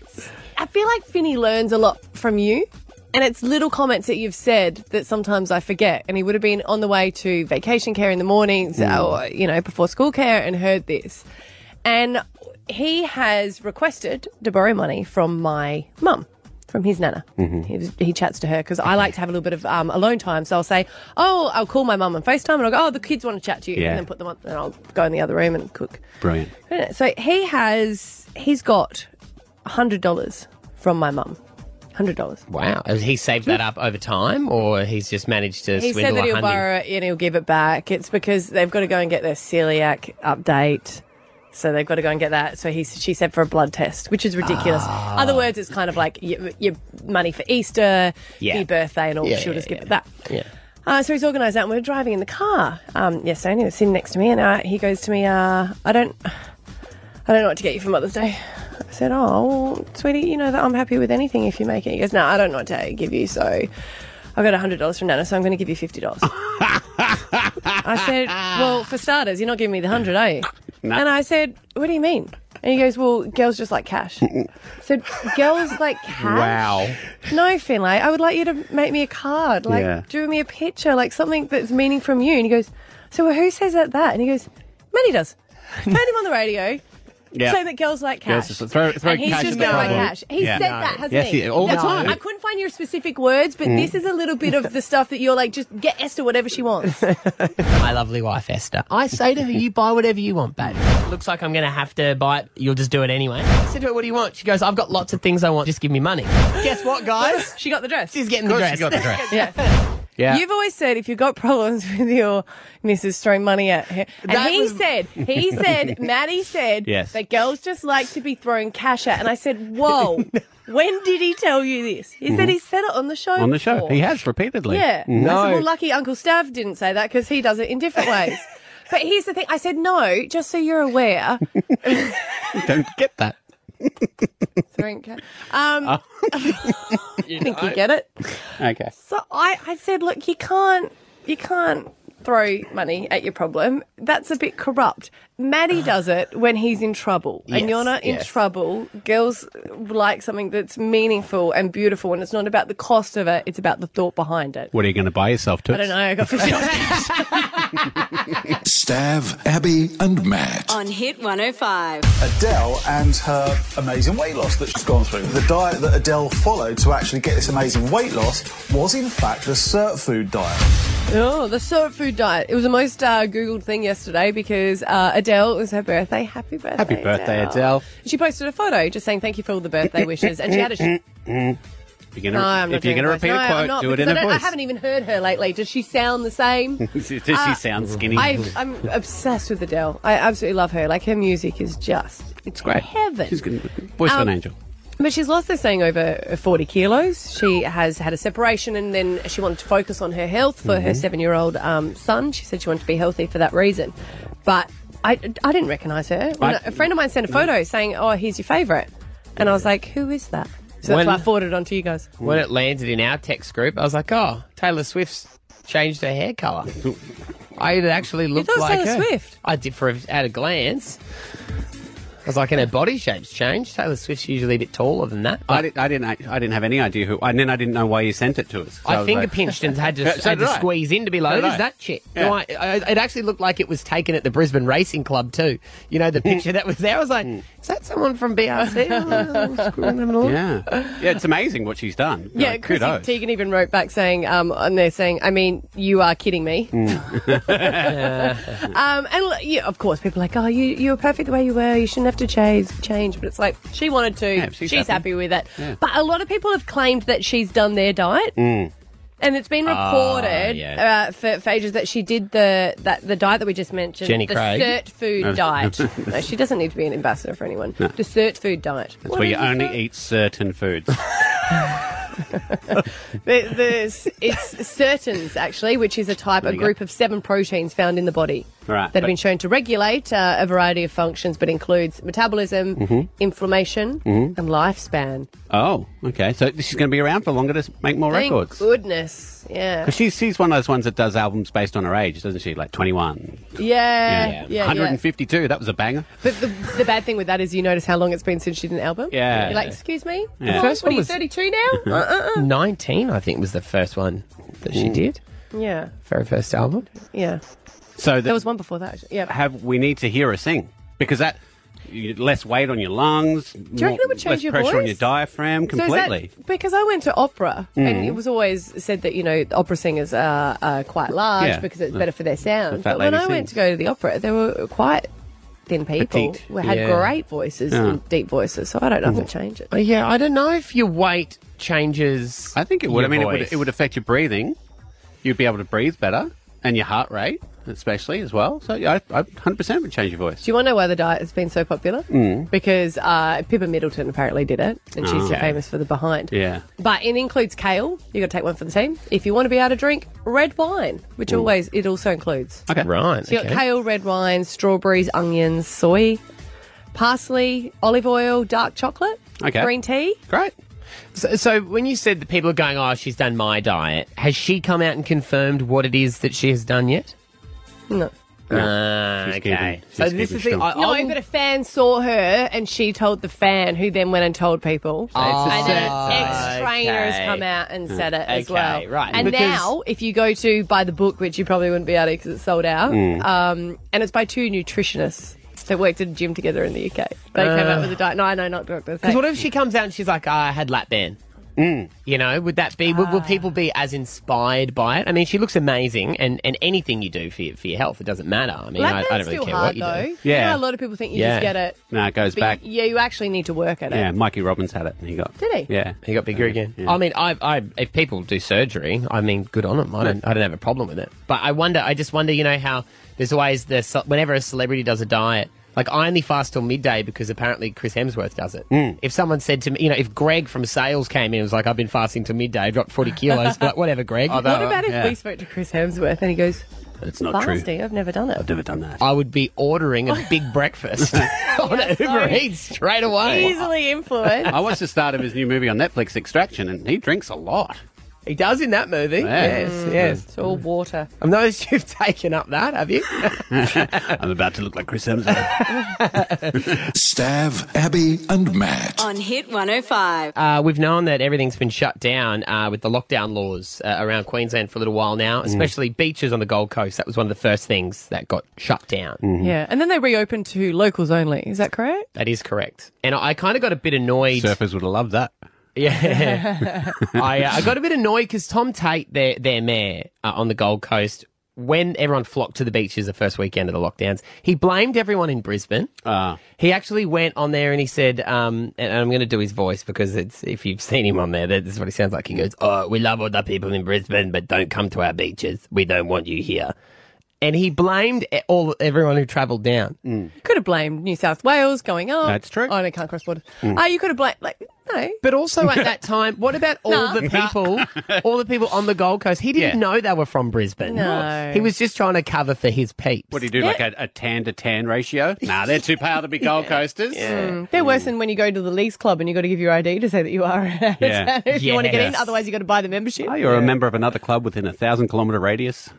Speaker 2: I feel like Finney learns a lot from you. And it's little comments that you've said that sometimes I forget. And he would have been on the way to vacation care in the
Speaker 1: Hmm.
Speaker 2: mornings
Speaker 13: Mm.
Speaker 2: or, you know, before school care and heard this. And he has requested to borrow money from my mum, from his nana. He, was, he chats to her because I like to have a little bit of um, alone time. So I'll say, oh, I'll call my mum on FaceTime and I'll go, oh, the kids want to chat to you.
Speaker 6: Yeah.
Speaker 2: And then put them on, and I'll go in the other room and cook.
Speaker 6: Brilliant.
Speaker 2: So he has he's got hundred dollars from my mum. Hundred dollars.
Speaker 1: Wow. Has he saved that up over time or he's just managed to
Speaker 2: He
Speaker 1: swindle
Speaker 2: said that
Speaker 1: a
Speaker 2: he'll
Speaker 1: hundred?
Speaker 2: borrow it and he'll give it back. It's because they've got to go and get their celiac update. So they've got to go and get that. So he's, she said for a blood test, which is ridiculous.
Speaker 13: Ah.
Speaker 2: Other words, it's kind of like your, your money for Easter,
Speaker 13: Yeah.
Speaker 2: your birthday, and all.
Speaker 13: Yeah,
Speaker 2: She'll
Speaker 13: yeah,
Speaker 2: just give it back.
Speaker 1: Yeah.
Speaker 2: Uh, so he's organised that, and we we're driving in the car. Um, yesterday, and he was sitting next to me, and uh, he goes to me, uh, "I don't, I don't know what to get you for Mother's Day." I said, "Oh, sweetie, you know that I'm happy with anything if you make it." He goes, "No, I don't know what to give you, so I got hundred dollars from Nana, so I'm going to give you fifty dollars." I said, "Well, for starters, you're not giving me the hundred, are you?"
Speaker 13: No.
Speaker 2: And I said, "What do you mean?" And he goes, "Well, girls just like cash." I said, "Girls like cash." No, Finlay, I would like you to make me a card, like
Speaker 13: Yeah.
Speaker 2: draw me a picture, like something that's meaning from you. And he goes, So well, who says that that? And he goes, Manny does. Heard him on the radio.
Speaker 6: Yeah.
Speaker 2: Saying that girls like
Speaker 6: Girls
Speaker 2: cash.
Speaker 6: just throw- throw
Speaker 2: and he's
Speaker 6: cash
Speaker 2: just
Speaker 6: at the
Speaker 2: going like
Speaker 6: problem.
Speaker 2: cash. He
Speaker 6: Yeah.
Speaker 2: said
Speaker 6: No.
Speaker 2: that, hasn't
Speaker 6: Yes,
Speaker 2: he?
Speaker 6: he- all the
Speaker 2: No.
Speaker 6: time.
Speaker 2: I couldn't find your specific words, but
Speaker 1: Mm.
Speaker 2: this is a little bit of the stuff that you're like, just get Esther whatever she wants.
Speaker 1: My lovely wife, Esther. I say to her, you buy whatever you want, babe. Looks like I'm going to have to buy it. You'll just do it anyway. I said to her, what do you want? She goes, I've got lots of things I want. Just give me money. Guess what, guys?
Speaker 2: she got the dress.
Speaker 1: She's getting the dress.
Speaker 2: yeah.
Speaker 1: Yeah.
Speaker 2: You've always said if you've got problems with your missus throwing money at her. And
Speaker 13: That
Speaker 2: he
Speaker 13: was-
Speaker 2: said, he said, Maddie said
Speaker 13: Yes.
Speaker 2: that girls just like to be throwing cash at. And I said, whoa, when did he tell you this? He said
Speaker 6: Mhm.
Speaker 2: he said it on the show.
Speaker 6: On the show.
Speaker 2: before.
Speaker 6: He has repeatedly.
Speaker 2: Yeah. I said,
Speaker 6: No.
Speaker 2: well, lucky Uncle Stav didn't say that because he does it in different ways. But here's the thing. I said, no, just so you're aware.
Speaker 6: Don't get that.
Speaker 2: throwing cash. Um,
Speaker 6: Oh.
Speaker 2: I think you get it.
Speaker 6: Okay.
Speaker 2: So I, I said, look, you can't, you can't throw money at your problem. That's a bit corrupt. Maddie does it when he's in trouble, and
Speaker 13: Yes,
Speaker 2: you're not in
Speaker 13: yes.
Speaker 2: trouble. Girls like something that's meaningful and beautiful, and it's not about the cost of it; it's about the thought behind it.
Speaker 6: What are you going to buy yourself,
Speaker 2: I
Speaker 6: Toots?
Speaker 2: don't know. I got fifty dollars.
Speaker 5: Stav, Abby, and Matt.
Speaker 8: On Hit 105.
Speaker 17: Adele and her amazing weight loss that she's gone through. The diet that Adele followed to actually get this amazing weight loss was, in fact, the cert food diet.
Speaker 2: Oh, the syrup food diet. It was the most uh, Googled thing yesterday because uh, Adele, it was her birthday. Happy birthday.
Speaker 6: Happy birthday, Adele.
Speaker 2: She posted a photo just saying thank you for all the birthday wishes. And she had a.
Speaker 6: Mm. If you're
Speaker 2: No, I'm
Speaker 6: going
Speaker 2: not
Speaker 6: if you're going
Speaker 2: doing
Speaker 6: to
Speaker 2: a
Speaker 6: repeat
Speaker 2: voice.
Speaker 6: a
Speaker 2: No, I'm
Speaker 6: quote,
Speaker 2: not,
Speaker 6: do it
Speaker 2: because
Speaker 6: in
Speaker 2: I
Speaker 6: a
Speaker 2: don't-
Speaker 6: voice.
Speaker 2: I haven't even heard her lately. Does she sound the same?
Speaker 6: Does she
Speaker 2: Uh,
Speaker 6: sound skinny?
Speaker 2: I've, I'm obsessed with Adele. I absolutely love her. Like her music is just it's
Speaker 6: Great.
Speaker 2: heaven.
Speaker 6: She's good. Voice of
Speaker 2: Um,
Speaker 6: an angel.
Speaker 2: But she's lost this thing over uh, 40 kilos. She has had a separation and then she wanted to focus on her health for her
Speaker 13: Mhm.
Speaker 2: seven year old um, son. She said she wanted to be healthy for that reason. But I, I didn't recognize her. When
Speaker 13: I-
Speaker 2: a friend of mine sent a photo saying, Oh, here's your favorite. And I was like, Who is that? So
Speaker 1: When-
Speaker 2: that's why I forwarded it on to you guys.
Speaker 1: When it landed in our text group, I was like, oh, Taylor Swift's changed her hair colour. I it actually looked
Speaker 2: thought it was
Speaker 1: like
Speaker 2: Taylor
Speaker 1: her.
Speaker 2: Swift?
Speaker 1: I did for at a glance. was like, and her body shape's changed. Taylor Swift's usually a bit taller than that.
Speaker 6: I, did, I didn't. I, I didn't have any idea who, and then I didn't know why you sent it to us. So
Speaker 1: I
Speaker 6: was
Speaker 1: finger
Speaker 6: like-
Speaker 1: pinched and had to,
Speaker 6: Yeah, so
Speaker 1: had to
Speaker 6: did I.
Speaker 1: squeeze in to be like,
Speaker 6: So did
Speaker 1: who's
Speaker 6: I.
Speaker 1: that chick?
Speaker 6: Yeah.
Speaker 1: No, I, I, it actually looked like it was taken at the Brisbane Racing Club too. You know, the
Speaker 6: Mm-hmm.
Speaker 1: picture that was there. I was like,
Speaker 6: Mm.
Speaker 1: is that someone from BRC? Oh, screw it, having a look.
Speaker 6: Yeah, yeah. It's amazing what she's done.
Speaker 2: Yeah,
Speaker 6: Like,
Speaker 2: Chrissy
Speaker 6: kudos.
Speaker 2: Teigen even wrote back saying, um, and they're saying, I mean, you are kidding me.
Speaker 6: Mm.
Speaker 2: Um, and l- yeah, of course, people are like, oh, you, you were perfect the way you were. You shouldn't have to change. Change, but it's like she wanted to.
Speaker 13: Yeah,
Speaker 2: she's
Speaker 13: she's
Speaker 2: happy.
Speaker 13: happy.
Speaker 2: with it.
Speaker 13: Yeah.
Speaker 2: But a lot of people have claimed that she's done their diet,
Speaker 6: Mm,
Speaker 2: and it's been
Speaker 13: Ah,
Speaker 2: reported
Speaker 13: yeah.
Speaker 2: uh, for, for ages that she did the that the diet that we just mentioned,
Speaker 6: Jenny
Speaker 2: the
Speaker 6: Craig.
Speaker 2: cert food
Speaker 6: No.
Speaker 2: diet. no, she doesn't need to be an ambassador for anyone.
Speaker 6: No.
Speaker 2: The cert food diet.
Speaker 6: That's
Speaker 2: What
Speaker 6: where
Speaker 2: is
Speaker 6: you
Speaker 2: it?
Speaker 6: only eat certain foods.
Speaker 2: There- There's, it's certains, actually, which is a type,
Speaker 6: There
Speaker 2: a
Speaker 6: you go.
Speaker 2: group of seven proteins found in the body
Speaker 6: Right,
Speaker 2: that have
Speaker 6: but-
Speaker 2: been shown to regulate uh, a variety of functions, but includes metabolism,
Speaker 6: Mhm.
Speaker 2: inflammation,
Speaker 6: Mhm.
Speaker 2: and lifespan.
Speaker 6: oh, okay. So she's going to be around for longer to s- make more
Speaker 2: Thank
Speaker 6: records.
Speaker 2: goodness. Yeah.
Speaker 6: 'Cause She's, she's one of those ones that does albums based on her age, doesn't she? Like 21.
Speaker 2: Yeah. Yeah. yeah,
Speaker 6: 152. That was a banger.
Speaker 2: But the, the bad thing with that is you notice how long it's been since she did an album.
Speaker 1: Yeah.
Speaker 2: You're like, excuse me?
Speaker 1: Yeah.
Speaker 2: Come on,
Speaker 1: First
Speaker 2: what
Speaker 1: one
Speaker 2: are you,
Speaker 1: was-
Speaker 2: 32 now? uh-uh.
Speaker 1: 19, I think, was the first one that
Speaker 6: Mm.
Speaker 1: she did.
Speaker 2: Yeah.
Speaker 1: Very first album.
Speaker 2: Yeah.
Speaker 6: So
Speaker 2: There
Speaker 6: that
Speaker 2: was one before that. actually. Yeah.
Speaker 6: have we need to hear her sing because that you, less weight on your lungs. Do
Speaker 2: you reckon it would change
Speaker 6: less
Speaker 2: your
Speaker 6: pressure on
Speaker 2: voice?
Speaker 6: your diaphragm
Speaker 2: So is that-
Speaker 6: completely?
Speaker 2: because I went to opera, and
Speaker 6: Mhm.
Speaker 2: it was always said that you know opera singers are, are quite large
Speaker 6: Yeah.
Speaker 2: because it's
Speaker 6: The-
Speaker 2: better for their
Speaker 6: the
Speaker 2: sound.
Speaker 6: fat
Speaker 2: But when I
Speaker 6: lady
Speaker 2: went
Speaker 6: sings.
Speaker 2: to go to the opera, there were quite thin people
Speaker 1: Petite.
Speaker 2: who had
Speaker 1: Yeah.
Speaker 2: great voices
Speaker 1: Yeah.
Speaker 6: Ah.
Speaker 2: and deep voices. So I don't know
Speaker 6: Mm.
Speaker 2: if it changes.
Speaker 1: Uh, Yeah, I don't know if your weight changes.
Speaker 6: I think it would.
Speaker 1: your
Speaker 6: I mean, it
Speaker 1: voice.
Speaker 6: would, it would affect your breathing. You'd be able to breathe better and your heart rate, especially as well. So yeah, I, I 100% would change your voice.
Speaker 2: Do you want to know why the diet has been so popular?
Speaker 6: Mm.
Speaker 2: Because uh, Pippa Middleton apparently did it, and she's
Speaker 6: Okay.
Speaker 2: famous for the behind.
Speaker 6: Yeah.
Speaker 2: But it includes kale. You got to take one for the team. If you want to be able to drink red wine, which
Speaker 1: Mm.
Speaker 2: always it also includes.
Speaker 1: Okay. Right.
Speaker 2: So you got kale, red wine, strawberries, onions, soy, parsley, olive oil, dark chocolate,
Speaker 1: Okay.
Speaker 2: green tea.
Speaker 6: Great.
Speaker 1: So, so when you said that people are going, oh, she's done my diet, has she come out and confirmed what it is that she has done yet?
Speaker 2: No.
Speaker 1: Ah,
Speaker 6: She's
Speaker 1: okay.
Speaker 6: keeping-
Speaker 1: so
Speaker 6: she's
Speaker 1: this
Speaker 6: keeping
Speaker 1: is the.
Speaker 6: still.
Speaker 1: I,
Speaker 2: no,
Speaker 1: I'll-
Speaker 2: but a fan saw her and she told the fan, who then went and told people.
Speaker 1: Oh,
Speaker 2: and then
Speaker 1: so it's-
Speaker 2: ex trainers
Speaker 1: okay.
Speaker 2: come out and said it as
Speaker 1: Okay,
Speaker 2: well.
Speaker 1: right.
Speaker 2: And
Speaker 1: Because-
Speaker 2: now, if you go to buy the book, which you probably wouldn't be able to because it's sold out,
Speaker 1: Mm.
Speaker 2: um, and it's by two nutritionists that worked at a gym together in the UK. They came
Speaker 1: Uh.
Speaker 2: out with a diet. No, no, not doctors.
Speaker 1: Because what if she comes out and she's like, "Ah, I had lap band?
Speaker 6: Mm.
Speaker 1: You know, would that be, would, will
Speaker 2: Ah.
Speaker 1: people be as inspired by it? I mean, she looks amazing, and, and anything you do for your, for your health, it doesn't matter. I mean, I, I
Speaker 2: Lap band's
Speaker 1: don't really
Speaker 2: still
Speaker 1: care
Speaker 2: hard,
Speaker 1: what you
Speaker 2: though.
Speaker 1: do.
Speaker 2: You
Speaker 6: Yeah.
Speaker 2: know, a lot of people think you just
Speaker 6: Yeah.
Speaker 2: get it.
Speaker 6: No, it goes
Speaker 2: but
Speaker 6: back.
Speaker 2: You, yeah, you actually need to work at it.
Speaker 6: Yeah, Mikey Robbins had it and he got.
Speaker 2: Did he?
Speaker 6: Yeah.
Speaker 1: He got bigger again.
Speaker 6: Yeah.
Speaker 1: I mean, I, I, if people do surgery, I mean, good on them. I don't, I don't have a problem with it. But I wonder, I just wonder, you know, how there's always the, ce- whenever a celebrity does a diet, like I only fast till midday because apparently Chris Hemsworth does it.
Speaker 6: Mm.
Speaker 1: If someone said to me, you know, if Greg from sales came in and was like, I've been fasting till midday, I dropped 40 kilos, like, whatever, Greg.
Speaker 6: Oh,
Speaker 2: what about if we spoke to Chris Hemsworth and he goes,
Speaker 1: It's
Speaker 2: "Fasting? I've never done it."
Speaker 6: I've never done that.
Speaker 1: I would be ordering a big breakfast on Uber
Speaker 2: sorry.
Speaker 1: Eats straight away.
Speaker 2: Easily influenced.
Speaker 6: I watched the start of his new movie on Netflix, Extraction, and he drinks a lot. Mm.
Speaker 1: He does in that movie. Yes, yes.
Speaker 2: It's all water.
Speaker 1: I've noticed you've taken up that, have you?
Speaker 6: I'm about to look like Chris Hemsworth.
Speaker 5: Stav, Abby, and Matt.
Speaker 8: On Hit 105.
Speaker 1: Uh, we've known that everything's been shut down uh, with the lockdown laws uh, around Queensland for a little while
Speaker 6: Mm.
Speaker 1: now, especially beaches on the Gold Coast. That was one of the first things that got shut down.
Speaker 6: Mm-hmm.
Speaker 2: Yeah, and then they reopened to locals only. Is that correct?
Speaker 1: That is correct. And I, I kind of got a bit annoyed.
Speaker 6: Surfers would have loved that.
Speaker 1: Yeah. I, uh, I got a bit annoyed because Tom Tate, their, their mayor uh, on the Gold Coast, when everyone flocked to the beaches the first weekend of the lockdowns, he blamed everyone in Brisbane.
Speaker 6: Ah.
Speaker 1: He actually went on there and he said, um, and I'm going to do his voice because it's if you've seen him on there, that- this is what he sounds like. He goes, "Oh, we love all the people in Brisbane, but don't come to our beaches. We don't want you here." And he blamed e- all everyone who travelled down.
Speaker 6: Mm.
Speaker 2: Could have blamed New South Wales going up.
Speaker 1: That's true.
Speaker 2: Oh, no, can't cross borders.
Speaker 1: Mm.
Speaker 2: Ah, you could have blamed like no.
Speaker 1: But also at that time, what about all
Speaker 2: Nah.
Speaker 1: the people, all the people on the Gold Coast? He didn't
Speaker 6: Yeah.
Speaker 1: know they were from Brisbane.
Speaker 6: No.
Speaker 1: He was just trying to cover for his peeps.
Speaker 6: What do you do, like a, a tan to tan ratio? Nah, they're too pale to be Gold Coasters.
Speaker 2: Mm. They're worse than when you go to the Leagues Club and you got to give your ID to say that you are. if
Speaker 6: Yeah.
Speaker 2: you want to get in,
Speaker 6: Yes.
Speaker 2: otherwise you got to buy the membership.
Speaker 6: Oh, you're a member of another club within a thousand kilometre radius.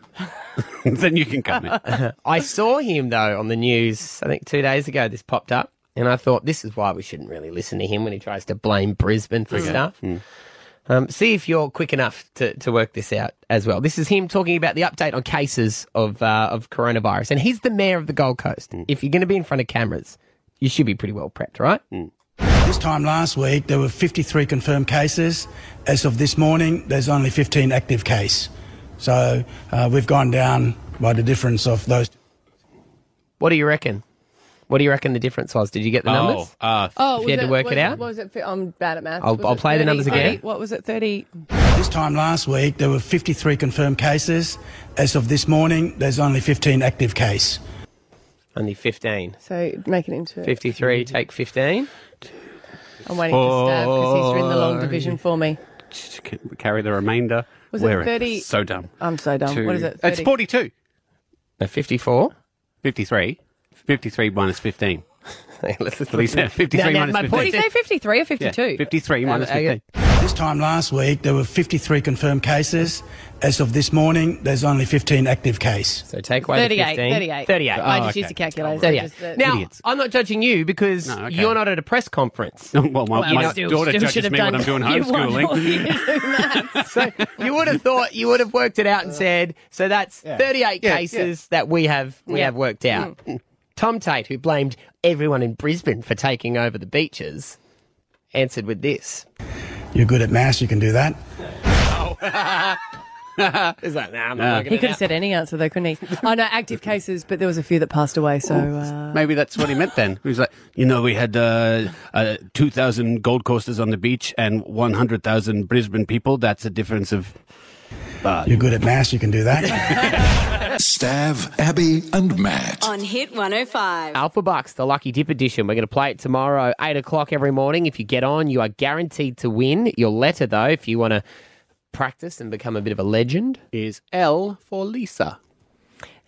Speaker 6: then you can come in.
Speaker 1: I saw him though on the news. I think two days ago this popped up. And I thought, this is why we shouldn't really listen to him when he tries to blame Brisbane for
Speaker 13: Okay.
Speaker 1: stuff.
Speaker 6: Mm.
Speaker 1: Um, see if you're quick enough to, to work this out as well. This is him talking about the update on cases of uh, of coronavirus, and he's the mayor of the Gold Coast.
Speaker 6: Mm.
Speaker 1: If you're going to be in front of cameras, you should be pretty well prepped, right?
Speaker 6: Mm.
Speaker 18: This time last week, there were 53 confirmed cases. As of this morning, there's only 15 active case. So uh, we've gone down by the difference of those.
Speaker 1: What do you reckon? What do you reckon the difference was? Did you get the numbers?
Speaker 6: uh,
Speaker 2: Oh,
Speaker 1: if
Speaker 2: was
Speaker 1: you had to work
Speaker 2: was
Speaker 1: it out.
Speaker 2: What was it? fi- I'm bad at math.
Speaker 1: I'll- I'll play the numbers again.
Speaker 2: What was it? Thirty.
Speaker 18: This time last week, there were 53 confirmed cases. As of this morning, there's only 15 active case.
Speaker 1: Only 15.
Speaker 2: So make it into.
Speaker 1: 53,
Speaker 6: Mm-hmm.
Speaker 1: take 15.
Speaker 2: I'm waiting for Stab because he's in the long division for me.
Speaker 6: Carry the remainder.
Speaker 2: Was it
Speaker 6: We're
Speaker 2: 30?
Speaker 6: So dumb.
Speaker 2: I'm so dumb. What is it?
Speaker 6: It's
Speaker 2: 30?
Speaker 6: 42.
Speaker 1: No, 54.
Speaker 6: 53. 53 minus 15.
Speaker 1: Let's
Speaker 6: At Uh, least 53
Speaker 18: Now, now,
Speaker 6: minus
Speaker 18: my
Speaker 6: 15.
Speaker 18: point-
Speaker 2: Did he say 53 or 52?
Speaker 6: Yeah, 53 minus 15.
Speaker 18: This time last week, there were 53 confirmed cases. As of this morning, there's only 15 active case.
Speaker 1: So take
Speaker 2: 38, 38.
Speaker 6: Oh,
Speaker 2: I just used a calculator. so
Speaker 1: 38.
Speaker 2: just the-
Speaker 1: Oh, Now, I'm not judging you because you're not at a press conference.
Speaker 6: well, my, my daughter judges me when I'm doing homeschooling.
Speaker 1: so you would have thought you would have worked it out and said, so that's
Speaker 6: Yeah.
Speaker 1: 38
Speaker 6: Yeah,
Speaker 1: cases that we have we
Speaker 6: Yeah. Mm.
Speaker 1: have worked out. Mm. Tom Tate, who blamed everyone in Brisbane for taking over the beaches, answered with this.
Speaker 18: You're good at maths, you can do that.
Speaker 6: Oh.
Speaker 1: Is that nah, I'm not working
Speaker 2: He
Speaker 1: it
Speaker 2: could have
Speaker 1: out.
Speaker 2: said any answer though, couldn't he? Oh no, active cases, but there was a few that passed away. So uh,
Speaker 6: Maybe that's what he meant then. He was like, you know, we had uh, uh, 2,000 Gold Coasters on the beach and 100,000 Brisbane people. That's a difference of. Uh,
Speaker 18: You're good at maths, you can do that.
Speaker 5: Stav, Abby, and Matt.
Speaker 8: On Hit 105.
Speaker 1: Alpha Bucks, the Lucky Dip edition. We're going to play it tomorrow, 8 o'clock every morning. If you get on, you are guaranteed to win. Your letter, though, if you want to practice and become a bit of a legend, is L for Lisa.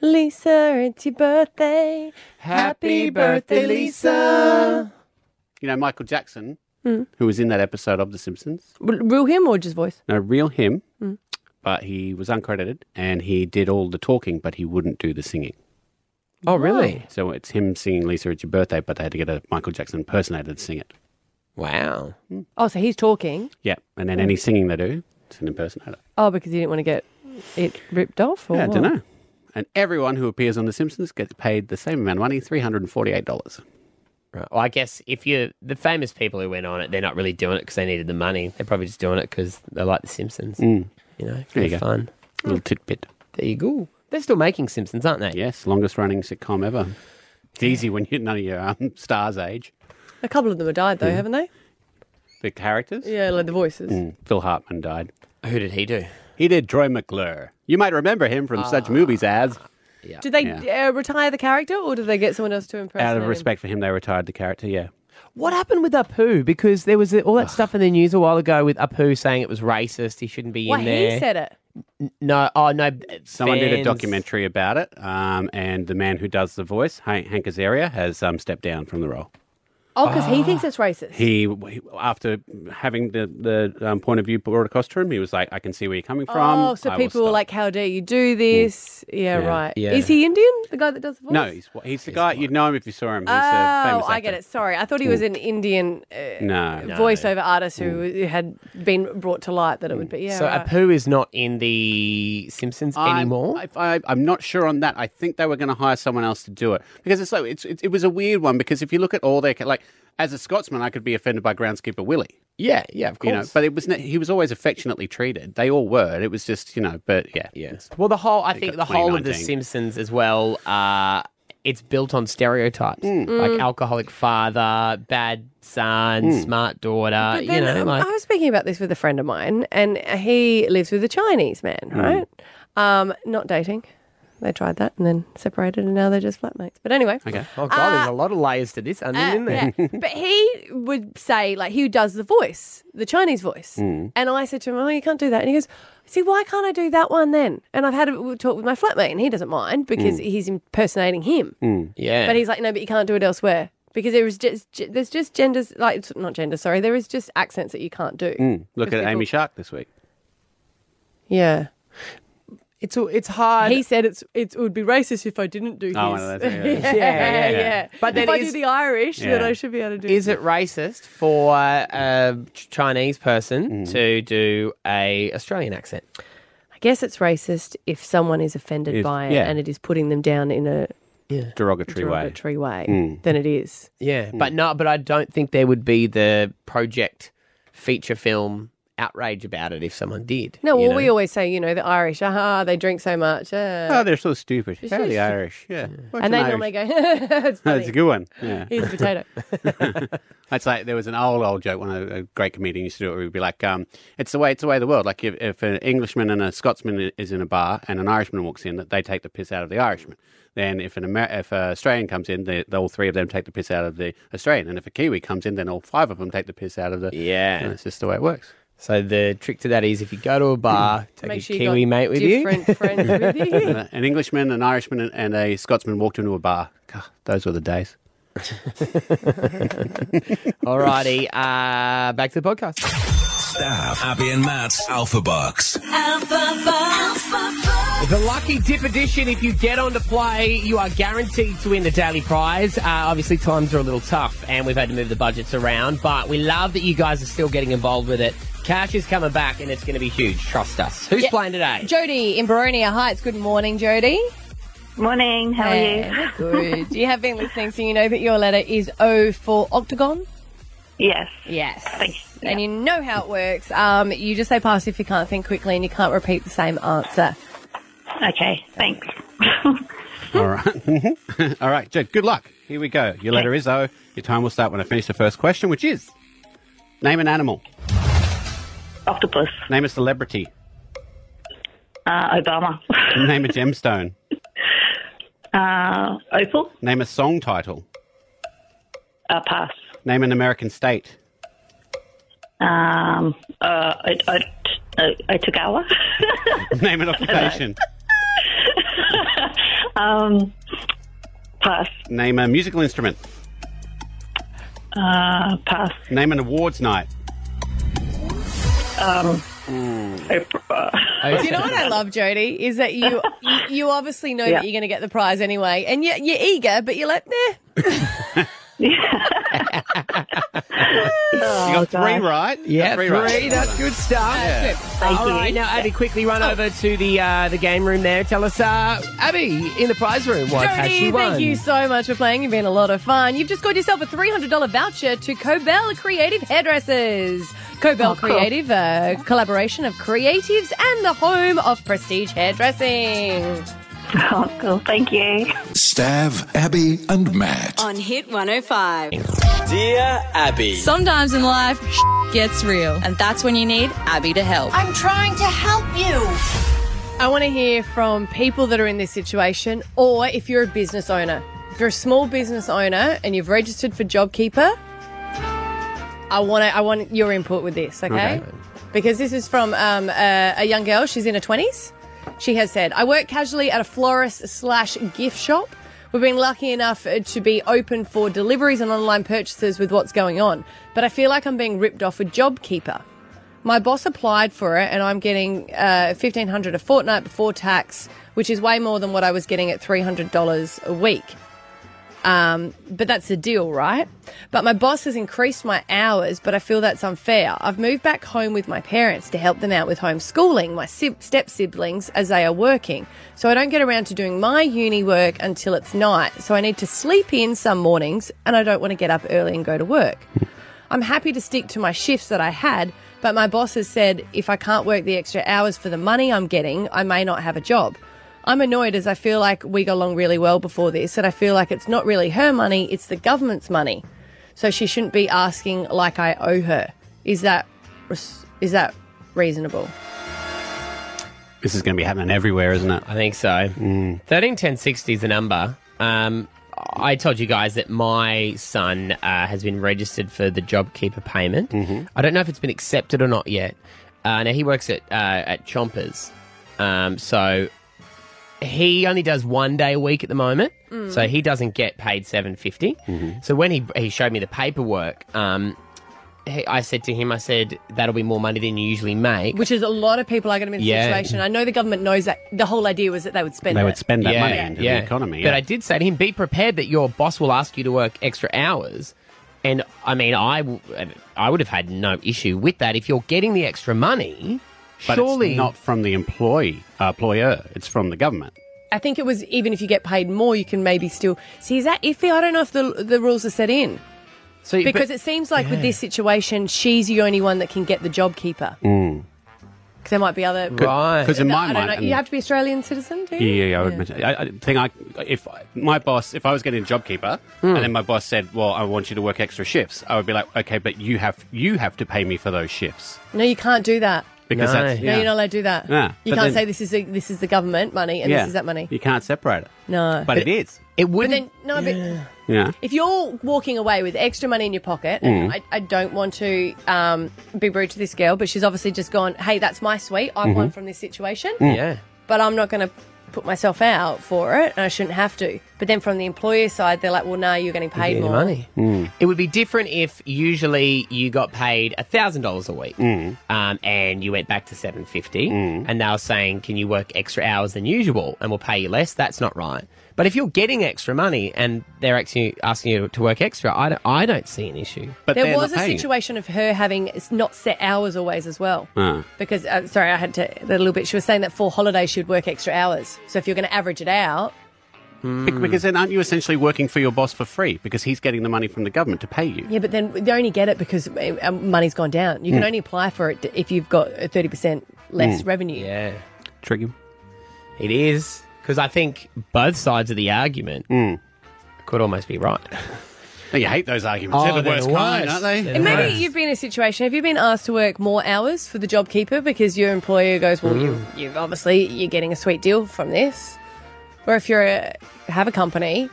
Speaker 2: Lisa, it's your birthday.
Speaker 1: Happy
Speaker 6: birthday, Lisa. you know, Michael Jackson,
Speaker 2: Mm.
Speaker 6: who was in that episode of The Simpsons,
Speaker 2: Rule him or just voice?
Speaker 6: no, real him,
Speaker 1: Oh,
Speaker 2: Mm.
Speaker 6: but he was uncredited and he did all the talking, but he wouldn't do the singing.
Speaker 1: Oh, really?
Speaker 6: So it's him singing Lisa, It's Your Birthday, but they had to get a Michael Jackson impersonator to sing it.
Speaker 1: Wow.
Speaker 2: Oh, so he's talking.
Speaker 6: Yeah. And then any singing they do, it's an impersonator.
Speaker 2: Oh, because he didn't want to get it ripped off. Or
Speaker 6: Yeah, I
Speaker 2: what?
Speaker 6: don't know. And everyone who appears on The Simpsons gets paid the same amount of money, $348.
Speaker 1: Right. Well, I guess if you're the famous people who went on it, they're not really doing it because they needed the money. They're probably just doing it because they like The Simpsons. You know,
Speaker 6: Mm. There you
Speaker 1: they're
Speaker 6: go.
Speaker 1: fun.
Speaker 6: Little tidbit.
Speaker 1: There you go. They're still making Simpsons, aren't they?
Speaker 6: Yes, longest running sitcom ever. It's easy when you're none of your um, stars age.
Speaker 2: A couple of them have died though,
Speaker 6: Yeah.
Speaker 2: haven't they?
Speaker 6: The characters?
Speaker 2: Yeah, like the voices.
Speaker 6: Mm, Phil Hartman died.
Speaker 1: Who did he do? Ah.
Speaker 6: He did Troy McClure. You might remember him from such movies as.
Speaker 1: Yeah.
Speaker 2: Did they uh, retire the character, or did they get someone else to impress?
Speaker 6: Out of respect for him, they retired the character, yeah.
Speaker 1: What happened with Apu? Because there was all that stuff in the news a while ago with Apu saying it was racist. He shouldn't be
Speaker 2: Well,
Speaker 1: in
Speaker 2: he
Speaker 1: there.
Speaker 2: said it.
Speaker 1: No, oh no.
Speaker 6: Someone did a
Speaker 1: fans-
Speaker 6: documentary about it, um, and the man who does the voice, Han- Hank Azaria, has um, stepped down from the role.
Speaker 2: Oh, because he thinks it's racist.
Speaker 6: He, he- after having the, the um, point of view brought across to him, he was like, "I can see where you're coming from."
Speaker 2: oh, so
Speaker 6: I will
Speaker 2: people were
Speaker 6: stop."
Speaker 2: like, "How dare you do this?" Yeah,
Speaker 6: Yeah.
Speaker 2: right.
Speaker 6: Yeah.
Speaker 2: Is he Indian? The guy that does the voice?
Speaker 6: "No, he's wh- he's the guy you'd know him if you saw him." He's a
Speaker 2: oh,
Speaker 6: famous
Speaker 2: I get it. Sorry, I thought he was an Indian uh,
Speaker 6: No. No.
Speaker 2: voiceover artist who had been brought to light that it would be. Yeah,
Speaker 1: so
Speaker 2: right.
Speaker 6: uh,
Speaker 1: Apu is not in the Simpsons anymore.
Speaker 6: I'm, I, I, I'm not sure on that. I think they were going to hire someone else to do it because it's so it's, it's it was a weird one because if you look at all their ca- like as a Scotsman, I could be offended by groundskeeper Willie.
Speaker 1: Yeah, yeah, of
Speaker 6: You know,
Speaker 1: course.
Speaker 6: but it was ne- he was always affectionately treated. They all were. and It was just you know, but yeah, yeah.
Speaker 1: Well, the whole I think
Speaker 6: got
Speaker 1: the whole of the
Speaker 6: 2019.
Speaker 1: Simpsons as well. Uh, it's built on stereotypes
Speaker 6: Hmm.
Speaker 1: like
Speaker 2: Mm.
Speaker 1: alcoholic father, bad son,
Speaker 6: Hmm.
Speaker 2: Mm.
Speaker 1: smart daughter.
Speaker 2: But
Speaker 1: You
Speaker 2: then,
Speaker 1: know,
Speaker 2: um,
Speaker 1: like
Speaker 2: I was speaking about this with a friend of mine, and he lives with a Chinese man,
Speaker 6: Hmm.
Speaker 2: right? Um, not dating. They tried that and then separated, and now they're just flatmates. But anyway,
Speaker 1: okay. Oh god, there's
Speaker 2: Uh,
Speaker 1: a lot of layers to this onion, isn't there?
Speaker 2: but he would say like he does the voice, the Chinese voice,
Speaker 1: Mm.
Speaker 2: and I said to him, "Oh, you can't do that." And he goes, "See, why can't I do that one then?" And I've had a talk with my flatmate, and he doesn't mind because
Speaker 1: Mm.
Speaker 2: he's impersonating him.
Speaker 6: mm.
Speaker 1: Yeah,
Speaker 2: But he's like, no, but you can't do it elsewhere because there is just ge- there's just genders like it's not gender, sorry, there is just
Speaker 1: Mm.
Speaker 2: accents that you can't do.
Speaker 6: Mm. Look
Speaker 2: Because
Speaker 6: at Amy
Speaker 2: people-
Speaker 6: Shark this week.
Speaker 2: Yeah.
Speaker 1: It's it's hard.
Speaker 13: He said it's, it's it would be racist if I didn't do his.
Speaker 1: Oh, one of those, yeah. Yeah,
Speaker 13: yeah, yeah,
Speaker 1: yeah. But
Speaker 13: But
Speaker 1: then
Speaker 13: if I
Speaker 1: is-
Speaker 13: do the Irish, then
Speaker 1: Yeah.
Speaker 13: I should be able to do.
Speaker 1: Is it racist for a Ch- Chinese person
Speaker 6: Hmm.
Speaker 1: to do a Australian accent?
Speaker 13: I guess it's racist if someone is offended
Speaker 1: If-
Speaker 13: by it
Speaker 1: yeah.
Speaker 13: and it is putting them down in a
Speaker 1: Derogatory,
Speaker 13: derogatory way.
Speaker 2: Hmm.
Speaker 1: Mm.
Speaker 13: Then it is.
Speaker 1: Yeah, but no, but I don't think there would be the project feature film outrage about it if someone did.
Speaker 13: No,
Speaker 1: you
Speaker 13: well,
Speaker 1: know?
Speaker 13: we always say, you know, the Irish, aha, they drink so much. Uh,
Speaker 6: Ah,
Speaker 1: Oh, they're so stupid.
Speaker 13: It's
Speaker 1: They're
Speaker 13: so
Speaker 1: the
Speaker 13: stu-
Speaker 1: Irish, yeah.
Speaker 3: What's an
Speaker 13: and they
Speaker 3: Irish?
Speaker 13: normally go, it's funny.
Speaker 3: That's a good one. Yeah.
Speaker 13: Here's a potato.
Speaker 6: That's like there was an old old joke. One of a great comedian used to do it. Where he'd be like, um, "It's the way. It's the way of the world. Like if, if an Englishman and a Scotsman is in a bar and an Irishman walks in, that they take the piss out of the Irishman. Then if an Amer- if an Australian comes in, the, the, all three of them take the piss out of the Australian. And if a Kiwi comes in, then all five of them take the piss out of the.
Speaker 1: Yeah,
Speaker 6: it's just the way it works. Hmm.
Speaker 1: So the trick to that is if you go to a bar, take a
Speaker 13: Make sure you
Speaker 1: Kiwi
Speaker 13: got
Speaker 1: mate with you.
Speaker 13: different friends with you.
Speaker 6: an Englishman, an Irishman, and- and a Scotsman walked into a bar. God, those were the days.
Speaker 1: Alrighty, uh, back to the podcast.
Speaker 19: Staff, Abby and Matt's Alpha Bucks.
Speaker 1: The Lucky Dip Edition, if you get on to play, you are guaranteed to win the daily prize. Uh, obviously, times are a little tough and we've had to move the budgets around, but we love that you guys are still getting involved with it. Cash is coming back and it's going to be huge. Trust us. Who's
Speaker 2: Yeah.
Speaker 1: playing today?
Speaker 2: Jody in Baronia Heights. Good morning, Jody. Morning.
Speaker 15: how are you?
Speaker 2: Good. you have been listening, so you know that your letter is O for octagon.
Speaker 15: Yes.
Speaker 2: Yes. And you know how it works. Um, you just say pass if you can't think quickly and you can't repeat the same answer.
Speaker 15: Okay. Thanks.
Speaker 6: All right. All right, Jed, good luck. Here we go. Your letter is O. Your time will start when I finish the first question, which is Name an animal.
Speaker 15: Octopus.
Speaker 6: Name a celebrity.
Speaker 15: Uh, Obama.
Speaker 6: Name a gemstone.
Speaker 15: Uh, Opal.
Speaker 6: Name a song title.
Speaker 15: Uh, pass.
Speaker 6: Name an American state.
Speaker 15: Um, uh, I, I, I, Otagawa.
Speaker 6: Name an occupation.
Speaker 15: um, pass.
Speaker 6: Name a musical instrument.
Speaker 15: Uh, pass.
Speaker 6: Name an awards night.
Speaker 15: Um,
Speaker 2: Do you know what I love, Jody? Is that you you, you obviously know
Speaker 15: Yeah.
Speaker 2: that you're going to get the prize anyway, and you're, you're eager, but you're like, nah.
Speaker 1: You
Speaker 6: got three right. You
Speaker 1: Oh, Yeah,
Speaker 6: got
Speaker 1: three.
Speaker 6: three right.
Speaker 1: That's good stuff.
Speaker 6: Yeah.
Speaker 1: All right, now Abby, quickly run
Speaker 2: Oh.
Speaker 1: over to the uh, the game room there. Tell us, uh, Abby, in the prize room, what has she
Speaker 2: Jody,
Speaker 1: won?
Speaker 2: thank you so much for playing. You've been a lot of fun. You've just got yourself a $300 voucher to Cobell Creative Hairdressers.
Speaker 15: Oh,
Speaker 2: Cobell Creative, a collaboration of creatives and the home of prestige hairdressing.
Speaker 15: oh, cool. Thank you.
Speaker 5: Stav, Abby, and Matt.
Speaker 8: On Hit 105.
Speaker 20: Dear Abby.
Speaker 8: Sometimes in life, gets real. And that's when you need Abby to help.
Speaker 2: I'm trying to help you. I want to hear from people that are in this situation, or if you're a business owner. If you're a small business owner and you've registered for JobKeeper, I want to, I want your input with this, okay?
Speaker 15: Okay.
Speaker 2: Because this is from um, a, a young girl. She's in her twenties. She has said, "I work casually at a florist slash gift shop." We've been lucky enough uh, to be open for deliveries and online purchases with what's going on, but I feel like I'm being ripped off with JobKeeper. My boss applied for it, and I'm getting uh, fifteen hundred a fortnight before tax, which is way more than what I was getting at three hundred dollars a week. Um, but that's the deal, right? But my boss has increased my hours, but I feel that's unfair. I've moved back home with my parents to help them out with homeschooling my sib- step siblings as they are working. So I don't get around to doing my uni work until it's night. So I need to sleep in some mornings and I don't want to get up early and go to work. I'm happy to stick to my shifts that I had, but my boss has said if I can't work the extra hours for the money I'm getting, I may not have a job. I'm annoyed as I feel like we got along really well before this, and I feel like it's not really her money, it's the government's money. So she shouldn't be asking like I owe her. Is that res- is that reasonable?
Speaker 6: This is going to be happening everywhere, isn't it?
Speaker 1: I think so. Thirteen ten sixty is the number. Um, I told you guys that my son uh, has been registered for the JobKeeper payment. I don't know if it's been accepted or not yet. Uh, now he works at uh, at Chompers, um, so he only does one day a week at the moment,
Speaker 21: Mm.
Speaker 1: so he doesn't get paid seven fifty. So when he he showed me the paperwork, um, he, I said to him, I said, that'll be more money than you usually make.
Speaker 2: Which is a lot of people are going to be in the
Speaker 1: Yeah.
Speaker 2: situation. I know the government knows that. The whole idea was that they would spend
Speaker 1: They
Speaker 2: it.
Speaker 1: would
Speaker 6: spend that money into the economy,
Speaker 1: But
Speaker 6: yeah.
Speaker 1: I did say to him, be prepared that your boss will ask you to work extra hours. And I mean, I, w- I would have had no issue with that if you're getting the extra money.
Speaker 6: But
Speaker 1: surely
Speaker 6: it's not from the employee, uh, employer. It's from the government.
Speaker 2: I think it was even if you get paid more, you can maybe still see. Is that iffy? I don't know if the the rules are set in.
Speaker 1: So,
Speaker 2: because
Speaker 1: but-
Speaker 2: it seems like with
Speaker 1: Yeah.
Speaker 2: this situation, she's the only one that can get the job keeper.
Speaker 6: Mm.
Speaker 2: Because there might be other
Speaker 6: Could- Right. 'cause in
Speaker 2: No,
Speaker 6: my
Speaker 2: I don't
Speaker 6: mind-
Speaker 2: know. you have to be Australian citizen. Do
Speaker 6: Yeah,
Speaker 2: you?
Speaker 6: yeah, yeah. I, would mention, I, I think I, if my boss, if I was getting a JobKeeper,
Speaker 1: Hmm.
Speaker 6: and then my boss said, "Well, I want you to work extra shifts," I would be like, "Okay, but you have you have to pay me for those shifts."
Speaker 2: No, you can't do that.
Speaker 6: Because No. that's-
Speaker 2: no,
Speaker 6: yeah.
Speaker 2: you're not allowed to do that.
Speaker 6: Yeah,
Speaker 2: You
Speaker 6: but then-
Speaker 2: can't say this is the, this is the government money and
Speaker 6: yeah,
Speaker 2: this is that money.
Speaker 6: You can't separate it.
Speaker 2: No.
Speaker 6: but, it is.
Speaker 1: It
Speaker 2: But then no, but
Speaker 6: Yeah.
Speaker 2: If you're walking away with extra money in your pocket, and
Speaker 6: Mm.
Speaker 2: I, I don't want to um, be rude to this girl, but she's obviously just gone, hey, that's my sweet. I've
Speaker 6: Mhm.
Speaker 2: won from this situation.
Speaker 1: Mm.
Speaker 6: Mm.
Speaker 1: Yeah.
Speaker 2: But I'm not going to put myself out for it, and I shouldn't have to. But then from the employer side, they're like, well, no, you're getting paid
Speaker 1: Yeah,
Speaker 2: more.
Speaker 1: money.
Speaker 6: Mm,
Speaker 1: It would be different if usually you got paid thousand dollars a week,
Speaker 6: Mm.
Speaker 1: um, and you went back to seven fifty, and they were saying, "Can you work extra hours than usual, and we'll pay you less?" That's not right. But if you're getting extra money and they're actually asking you to work extra, I don't, I don't see an issue.
Speaker 2: there was a situation of her having s- not set hours always as well.
Speaker 6: Ah,
Speaker 2: Because, uh, sorry, I had to, a little bit. She was saying that for holidays, she'd work extra hours. So if you're going to average it out,
Speaker 6: Be-
Speaker 1: Hmm.
Speaker 6: Because then aren't you essentially working for your boss for free? Because he's getting the money from the government to pay you.
Speaker 2: Yeah, but then they only get it because uh, um, money's gone down. You can
Speaker 6: Mm.
Speaker 2: only apply for it if you've got thirty percent less
Speaker 1: Mm.
Speaker 2: revenue.
Speaker 1: Yeah,
Speaker 6: tricky.
Speaker 1: It is because I think both sides of the argument could almost be right.
Speaker 6: Mm. Oh,
Speaker 1: Oh,
Speaker 6: you hate those arguments. They're the worst kind, aren't they?
Speaker 2: And maybe you've been in a situation. Have you been asked to work more hours for the JobKeeper because your employer goes, "Well, you,
Speaker 1: Mm.
Speaker 2: you've obviously you're getting a sweet deal from this," or if you're a, have a company,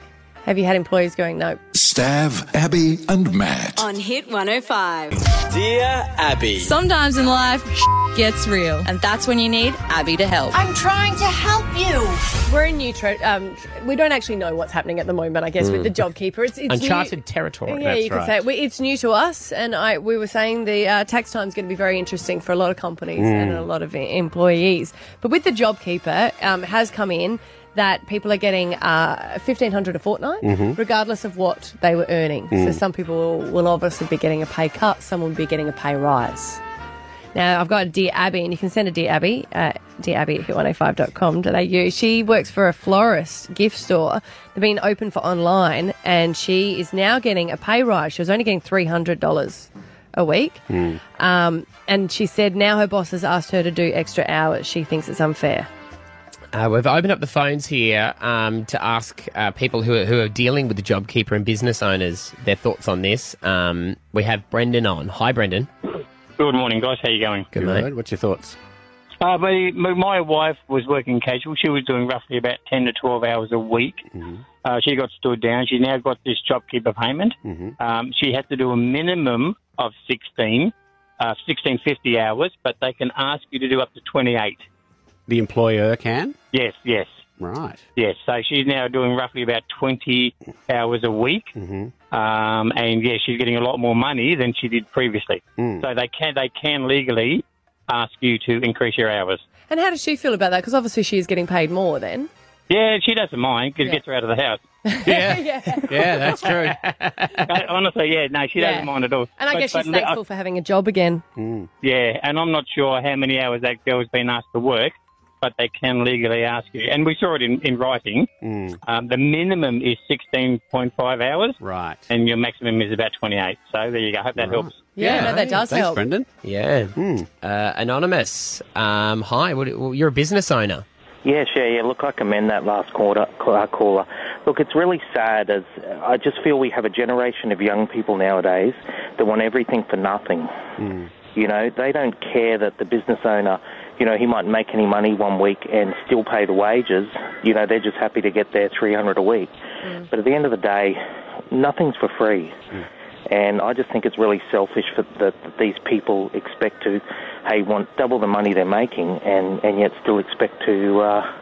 Speaker 2: have you had employees going, "No,
Speaker 5: Stav, Abby, and Matt.
Speaker 8: On Hit 105.
Speaker 20: Dear Abby.
Speaker 8: Sometimes in life, gets real. And that's when you need Abby to help.
Speaker 2: I'm trying to help you." We're in new. Tro- um, tr- we don't actually know what's happening at the moment. I guess with
Speaker 1: Mm.
Speaker 2: the JobKeeper, it's, it's new-
Speaker 1: Uncharted territory.
Speaker 2: Yeah, you can say it. We- it's new to us, and I we were saying the uh, tax time is going to be very interesting for a lot of companies
Speaker 13: Mm.
Speaker 2: and a lot of e- employees. But with the JobKeeper, um, it has come in that people are getting uh, fifteen hundred a fortnight,
Speaker 13: Mhm.
Speaker 2: regardless of what they were earning. So
Speaker 13: Mm.
Speaker 2: some people will obviously be getting a pay cut, some will be getting a pay rise. Now, I've got Dear Abby, and you can send a Dear Abby at dearabby at hit105.com.au. She works for a florist gift store. They've been open for online, and she is now getting a pay rise. She was only getting $300 a week. Um, and she said now her boss has asked her to do extra hours. She thinks it's unfair.
Speaker 1: Uh, we've opened up the phones here um, to ask uh, people who are, who are dealing with the JobKeeper and business owners their thoughts on this. Um, we have Brendan on. Hi, Brendan.
Speaker 21: Good morning, guys. How you going?
Speaker 1: Good, mate. What's your thoughts?
Speaker 21: Uh, my, my wife was working casual. She was doing roughly about 10 to 12 hours a week.
Speaker 6: mm,
Speaker 21: Uh, she got stood down. She now got this JobKeeper payment.
Speaker 6: Mm-hmm.
Speaker 21: Um, she had to do a minimum of 16, uh, 1650 hours, but they can ask you to do up to 28.
Speaker 6: The employer can.
Speaker 21: Yes, yes.
Speaker 6: Right.
Speaker 21: Yes, so she's now doing roughly about 20 hours a week.
Speaker 1: Mm-hmm.
Speaker 21: Um, and yeah, she's getting a lot more money than she did previously.
Speaker 1: Hmm.
Speaker 21: So they can, they can legally ask you to increase your hours.
Speaker 2: And how does she feel about that? Because obviously she is getting paid more then.
Speaker 21: Yeah, she doesn't mind because
Speaker 2: Yeah.
Speaker 21: it gets her out of the house.
Speaker 2: yeah.
Speaker 21: Yeah, that's true. honestly, yeah, no, she
Speaker 2: Yeah.
Speaker 21: doesn't mind at all.
Speaker 2: And I
Speaker 21: But-
Speaker 2: guess she's
Speaker 21: but le- I-
Speaker 2: thankful for having a job again.
Speaker 1: Hmm.
Speaker 21: yeah, and I'm not sure how many hours that girl's been asked to work, but they can legally ask you. And we saw it in, in writing.
Speaker 1: Hmm.
Speaker 21: Um, the minimum is 16.5 hours.
Speaker 6: Right.
Speaker 21: And your maximum is about 28. So there you go. I hope that helps.
Speaker 2: Yeah, no, that does
Speaker 1: Thanks,
Speaker 2: help.
Speaker 1: Brendan. Yeah. Uh, anonymous. Um, hi. What, well, you're a business owner.
Speaker 22: Yeah, sure. Yeah, look, I commend that last quarter, uh, caller. Look, it's really sad as I just feel we have a generation of young people nowadays that want everything for nothing.
Speaker 6: mm,
Speaker 22: You know, they don't care that the business owner, you know, he might make any money one week and still pay the wages. You know, they're just happy to get their 300 a week. But at the end of the day, nothing's for free. And I just think it's really selfish for, that, that these people expect to, hey, want double the money they're making and, and yet still expect to, uh,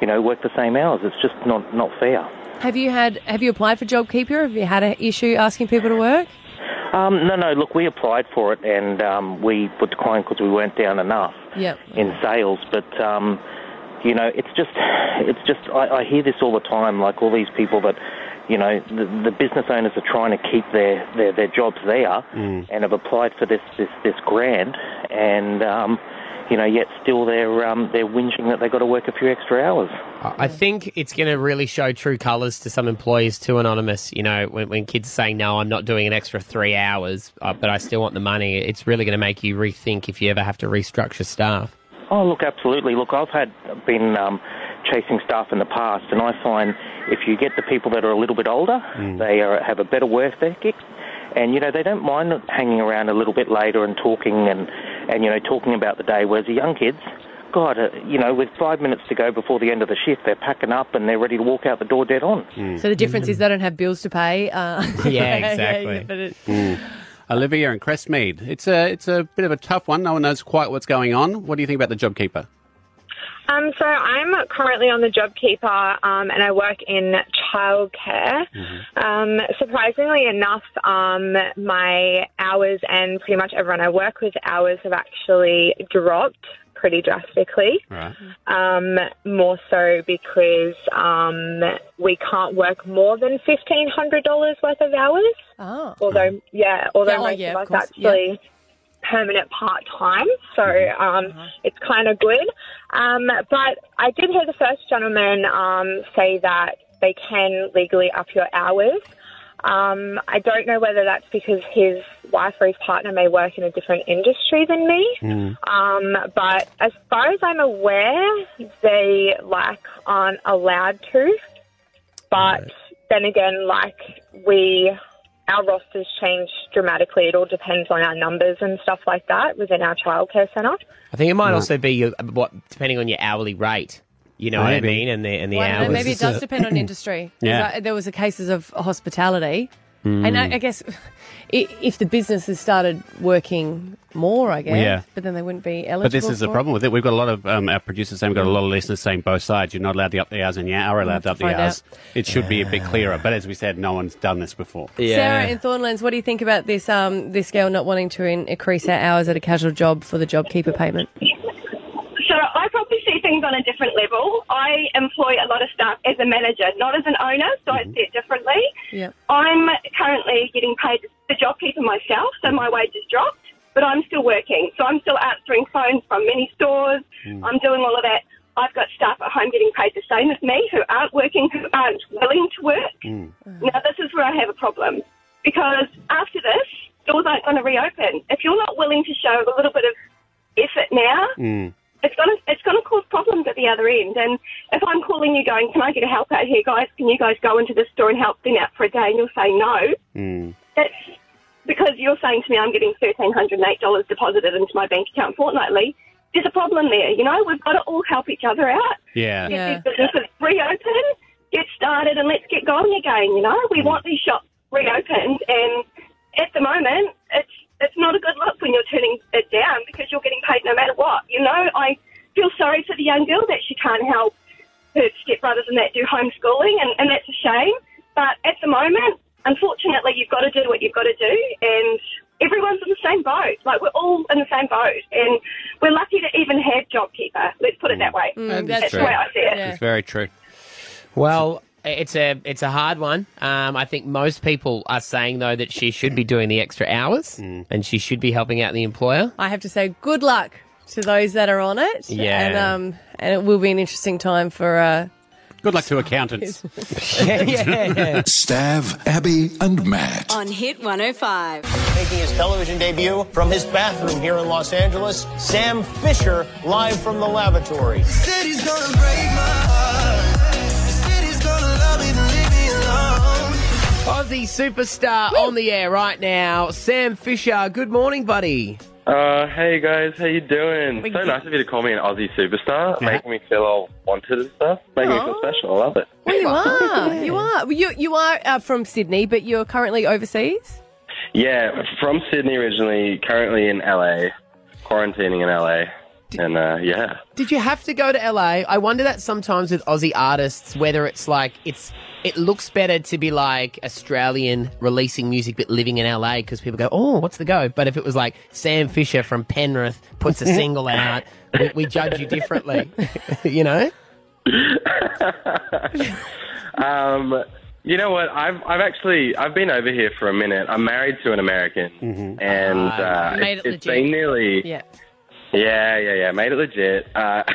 Speaker 22: you know, work the same hours. It's just not, not fair.
Speaker 2: Have you had? Have you applied for JobKeeper? Have you had an issue asking people to work?
Speaker 22: Um, no, no. Look, we applied for it and um, we were declined because we weren't down enough
Speaker 2: Yep.
Speaker 22: in sales, but um, you know, it's just, it's just. I, I hear this all the time. Like all these people that, you know, the, the business owners are trying to keep their, their, their jobs
Speaker 6: mm,
Speaker 22: there and have applied for this this, this grant, and um, you know, yet still they're um, they're whinging that they got to work a few extra hours.
Speaker 1: I think it's going to really show true colours to some employees too, Anonymous. You know, when, when kids are saying, no, I'm not doing an extra three hours, uh, but I still want the money, it's really going to make you rethink if you ever have to restructure staff.
Speaker 22: Oh, look, absolutely. Look, I've had been um, chasing staff in the past, and I find if you get the people that are a little bit older, they are, have a better work ethic, and you know they don't mind hanging around a little bit later and talking and and you know talking about the day. Whereas the young kids, God, uh, you know, with five minutes to go before the end of the shift, they're packing up and they're ready to walk out the door dead on.
Speaker 2: So the difference is they don't have bills to pay. Uh, but it-
Speaker 6: Olivia and Crestmead. It's a it's a bit of a tough one. No one knows quite what's going on. What do you think about the JobKeeper?
Speaker 23: Um, so I'm currently on the JobKeeper um, and I work in childcare. Um, surprisingly enough, um, my hours and pretty much everyone I work with hours have actually dropped pretty drastically.
Speaker 6: Right.
Speaker 23: Um, more so because um, we can't work more than fifteen hundred dollars worth of hours.
Speaker 2: Oh.
Speaker 23: Although, yeah, although
Speaker 2: Yeah, oh,
Speaker 23: most
Speaker 2: yeah,
Speaker 23: of us
Speaker 2: of course, yeah.
Speaker 23: actually permanent part time, so um, it's kind of good. Um, but I did hear the first gentleman um, say that they can legally up your hours. Um, I don't know whether that's because his wife or his partner may work in a different industry than me.
Speaker 6: mm.
Speaker 23: Um, but as far as I'm aware, they like aren't allowed to. But then again, like we, our rosters change dramatically. It all depends on our numbers and stuff like that within our childcare centre.
Speaker 1: I think it might also be your, what depending on your hourly rate. You know what I
Speaker 6: Maybe.
Speaker 1: mean? And the, and the
Speaker 6: Well,
Speaker 1: hours.
Speaker 2: maybe it does depend on industry. 'Cause
Speaker 1: Yeah.
Speaker 2: I- there was the cases of hospitality,
Speaker 1: Mm.
Speaker 2: and I, I guess i- if the businesses started working more, I guess,
Speaker 6: Yeah.
Speaker 2: but then they wouldn't be eligible.
Speaker 6: But this is the
Speaker 2: for it.
Speaker 6: problem with it. We've got a lot of um, our producers saying we've got a lot of listeners saying both sides. You're not allowed to up the hours, and you are
Speaker 2: We'll
Speaker 6: allowed
Speaker 2: have
Speaker 6: to up
Speaker 2: to
Speaker 6: the
Speaker 2: find
Speaker 6: hours. It should be a bit clearer. But as we said, no one's done this before.
Speaker 2: Sarah in Thornlands, what do you think about this? Um, this girl not wanting to in- increase her hours at a casual job for the JobKeeper payment.
Speaker 24: So I probably see things on a different level. I employ a lot of staff as a manager, not as an owner, so I see it differently.
Speaker 2: Yeah.
Speaker 24: I'm currently getting paid the JobKeeper myself, so my wages dropped, but I'm still working. So I'm still answering phones from many stores. I'm doing all of that. I've got staff at home getting paid the same as me who aren't working, who aren't willing to work. Now, this is where I have a problem because after this, stores aren't going to reopen. If you're not willing to show a little bit of effort now,
Speaker 6: Mm,
Speaker 24: it's gonna it's gonna cause problems at the other end. And if I'm calling you going, can I get a help out here, guys? Can you guys go into this store and help them out for a day? And you'll say no.
Speaker 6: mm.
Speaker 24: That's because you're saying to me I'm getting thirteen hundred and eight dollars deposited into my bank account fortnightly. There's a problem there. You know, we've got to all help each other out.
Speaker 6: Yeah.
Speaker 24: Get these businesses reopen, get started, and let's get going again. You know, we want these shops reopened, and at the moment, it's it's not a good look when you're turning it down because you're getting paid no matter what. You know, I feel sorry for the young girl that she can't help her stepbrothers and that do homeschooling, and, and that's a shame. But at the moment, unfortunately, you've got to do what you've got to do, and everyone's in the same boat. Like, we're all in the same boat, and we're lucky to even have JobKeeper. Let's put it that way.
Speaker 6: Mm,
Speaker 24: that's the way I see it.
Speaker 6: It's very true.
Speaker 1: Well, it's a it's a hard one. Um, I think most people are saying though that she should be doing the extra hours and she should be helping out the employer.
Speaker 2: I have to say, good luck to those that are on it.
Speaker 1: Yeah.
Speaker 2: and um, and it will be an interesting time for uh,
Speaker 6: Good luck to accountants.
Speaker 5: Stav, Abby, and Matt.
Speaker 25: On Hit 105.
Speaker 26: Making his television debut from his bathroom here in Los Angeles, Sam Fisher live from the lavatory.
Speaker 4: Said he's gonna break my heart. Said he's gonna love me and leave me alone.
Speaker 1: Aussie superstar on the air right now, Sam Fisher. Good morning, buddy.
Speaker 27: Uh, hey guys, how you doing?
Speaker 1: We-
Speaker 27: so nice of you to call me an Aussie superstar, making me feel all wanted and stuff, making me feel special. I love it.
Speaker 2: Well, you are. You are. Well, You you are uh, from Sydney, but you're currently overseas.
Speaker 27: Yeah, from Sydney originally, currently in LA, quarantining in LA. And uh, yeah,
Speaker 1: Did you have to go to LA? I wonder that sometimes with Aussie artists, whether it's like it's it looks better to be like Australian releasing music but living in LA because people go, oh, what's the go? But if it was like Sam Fisher from Penrith puts a single out, we, we judge you differently, you know?
Speaker 27: um, you know what? I've I've actually I've been over here for a minute. I'm married to an American,
Speaker 1: Mm-hmm.
Speaker 27: and
Speaker 2: Ah,
Speaker 27: uh,
Speaker 2: you made
Speaker 27: it,
Speaker 2: it
Speaker 27: has been
Speaker 2: legit.
Speaker 27: nearly
Speaker 2: Yeah.
Speaker 27: yeah yeah yeah made it legit. Uh,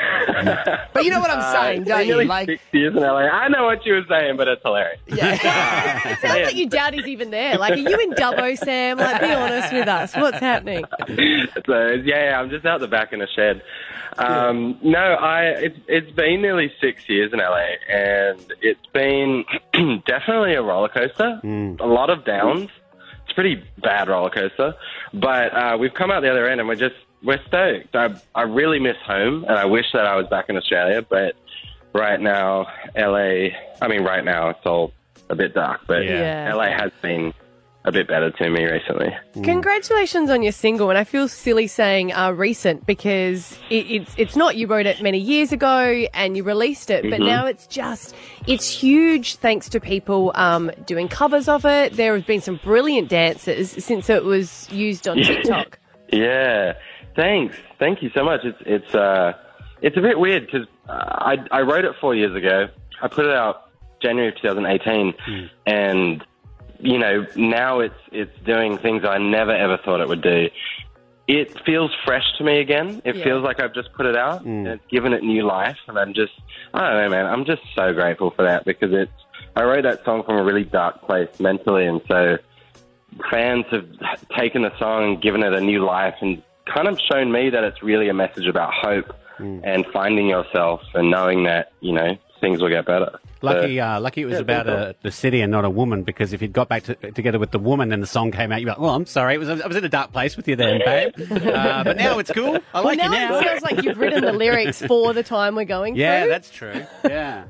Speaker 1: But you know what
Speaker 27: uh,
Speaker 1: I'm saying,
Speaker 27: it's
Speaker 1: don't
Speaker 27: been
Speaker 1: you?
Speaker 27: nearly
Speaker 1: Like,
Speaker 27: six years in LA. I know what you were saying, but it's hilarious. Yeah,
Speaker 13: It sounds like you doubt he's even there. Like, are you in Dubbo, Sam? Like, be honest with us. What's happening?
Speaker 27: so uh, yeah, I'm just out the back in a shed. Um, no, I it's it's been nearly six years in LA, and it's been definitely a roller coaster. A lot of downs. It's a pretty bad roller coaster, but uh, we've come out the other end, and we're just we're stoked. I I really miss home, and I wish that I was back in Australia, but right now LA. I mean, right now it's all a bit dark, but
Speaker 13: Yeah. Yeah.
Speaker 27: LA has been a bit better to me recently.
Speaker 13: Congratulations on your single, and I feel silly saying uh, recent because it, it's it's not. You wrote it many years ago, and you released it, but
Speaker 2: Mhm.
Speaker 13: now it's just it's huge. Thanks to people um, doing covers of it, there have been some brilliant dances since it was used on
Speaker 27: Yeah.
Speaker 13: TikTok.
Speaker 27: Yeah, thanks. Thank you so much. It's it's uh, it's a bit weird because I I wrote it four years ago. I put it out January of 2018, and you know now it's it's doing things I never ever thought it would do. It feels fresh to me again. It
Speaker 11: Yeah.
Speaker 27: feels like I've just put it out and it's given it new life. And I'm just, I don't know, man. I'm just so grateful for that because it's. I wrote that song from a really dark place mentally, and so fans have taken the song and given it a new life and kind of shown me that it's really a message about hope
Speaker 6: Hmm.
Speaker 27: and finding yourself and knowing that, you know, things will get better.
Speaker 6: Lucky,
Speaker 27: So-
Speaker 6: uh, lucky it was
Speaker 27: Yeah,
Speaker 6: about
Speaker 27: cool.
Speaker 6: a, the city and not a woman because if you'd got back to, together with the woman and the song came out, you'd be like, "Well, I'm sorry, it was, I was in a dark place with you then, babe." Uh, but now it's cool. I like
Speaker 13: well,
Speaker 6: you
Speaker 13: now
Speaker 6: now.
Speaker 13: it feels like you've written the lyrics for the time we're going
Speaker 27: Yeah,
Speaker 13: through.
Speaker 6: that's true. Yeah.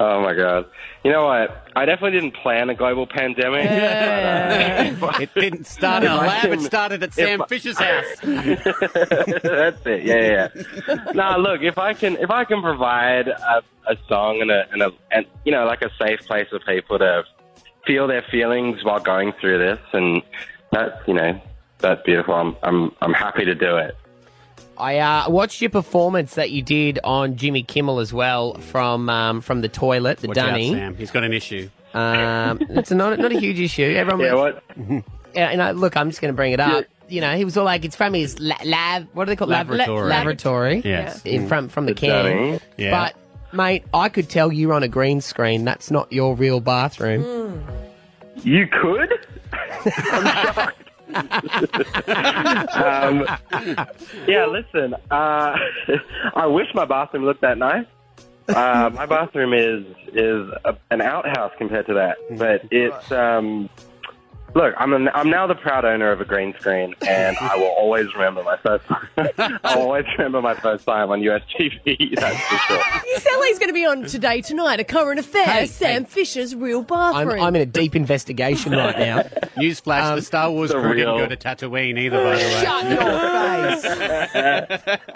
Speaker 27: Oh my God. You know what? I definitely didn't plan a global pandemic. uh,
Speaker 6: it didn't start in a lab. It started at Sam Fisher's house.
Speaker 27: That's it. Yeah, yeah. nah, look, if I can, if I can provide a, a song and a, and a, and you know, like a safe place for people to feel their feelings while going through this, and that's, you know, that's beautiful. I'm, I'm, I'm happy to do it.
Speaker 1: I uh, watched your performance that you did on Jimmy Kimmel as well from um, from the toilet, the
Speaker 6: Watch out,
Speaker 1: dunny.
Speaker 6: Sam. He's got an issue.
Speaker 1: Um, it's not not a huge issue. Everyone,
Speaker 6: Yeah,
Speaker 27: what?
Speaker 1: Yeah, and I, look, I'm just going to bring it up. You know, he was all like, "It's from his la- lab. What do they call it? Lab-
Speaker 6: Laboratory.
Speaker 1: Laboratory.
Speaker 6: Yes.
Speaker 1: in, from from the
Speaker 6: The
Speaker 1: can.
Speaker 6: dummy. Yeah.
Speaker 1: But mate, I could tell you're on a green screen. That's not your real bathroom.
Speaker 27: Hmm. You could. um, yeah, listen. Uh, I wish my bathroom looked that nice. Uh, my bathroom is is a, an outhouse compared to that, but it's um, look. I'm an, I'm now the proud owner of a green screen, and I will always remember my first. I'll always remember my first time on US TV. That's for sure.
Speaker 13: You sound like he's going to be on today tonight. A current affair. Sam Fisher's real
Speaker 1: I'm,
Speaker 13: bathroom.
Speaker 1: I'm in a deep investigation right now.
Speaker 6: Newsflash:
Speaker 1: Um,
Speaker 6: The Star Wars
Speaker 1: the
Speaker 6: crew didn't
Speaker 1: real-
Speaker 6: go to Tatooine either, by the way.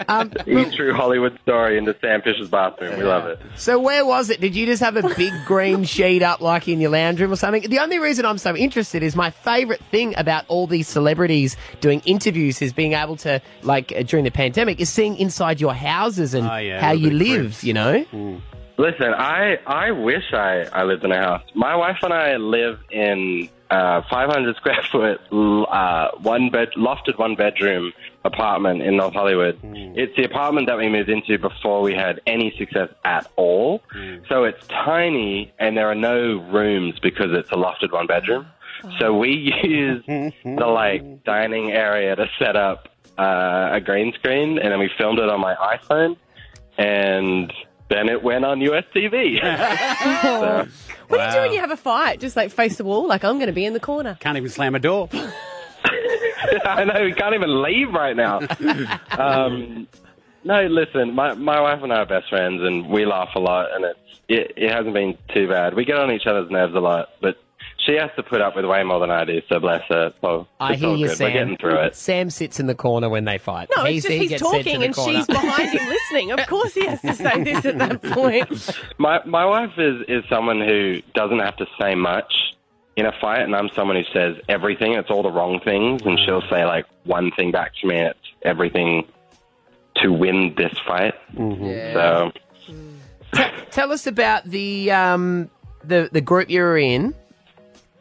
Speaker 1: Um,
Speaker 27: The true Hollywood story into Sam Fisher's bathroom. We love it.
Speaker 1: So where was it? Did you just have a big green sheet up like in your lounge room or something? The only reason I'm so interested is my favorite thing about all these celebrities doing interviews is being able to, like uh, during the pandemic, is seeing inside your houses
Speaker 27: Oh,
Speaker 1: and how you live, you know?
Speaker 27: Listen, I, I wish I, I lived in a house. My wife and I live in uh, 500 square foot l- uh, one bed lofted one bedroom apartment in North Hollywood.
Speaker 1: Hmm.
Speaker 27: It's the apartment that we moved into before we had any success at all.
Speaker 1: Hmm.
Speaker 27: So it's tiny and there are no rooms because it's a lofted one bedroom. So we use the like dining area to set up uh, a green screen and then we filmed it on my iPhone and then it went on US TV. So-
Speaker 13: What do you do
Speaker 1: Um,
Speaker 13: when you have a fight? Just like face the wall, like I'm going to be in the corner.
Speaker 6: Can't even slam a door.
Speaker 27: I know we can't even leave right now. um, no, listen, my my wife and I are best friends, and we laugh a lot, and it's it, it hasn't been too bad. We get on each other's nerves a lot, but She has to put up with way more than I do, so bless her. Well,
Speaker 1: I
Speaker 27: it's
Speaker 1: hear
Speaker 27: all
Speaker 1: you,
Speaker 27: good.
Speaker 1: Sam.
Speaker 27: We're getting through it.
Speaker 1: Sam sits in the corner when they fight.
Speaker 2: No,
Speaker 1: He's-
Speaker 2: it's just
Speaker 1: he
Speaker 2: he's
Speaker 1: gets sent to
Speaker 2: talking
Speaker 1: the
Speaker 2: and
Speaker 1: corner.
Speaker 2: she's behind him listening. Of course he has to say this at that point.
Speaker 27: My my wife is is someone who doesn't have to say much in a fight, and I'm someone who says everything. It's all the wrong things, and she'll say like one thing back to me, and it's everything to win this fight.
Speaker 1: Yeah.
Speaker 27: So
Speaker 1: Tell us about the um, the the group you were in.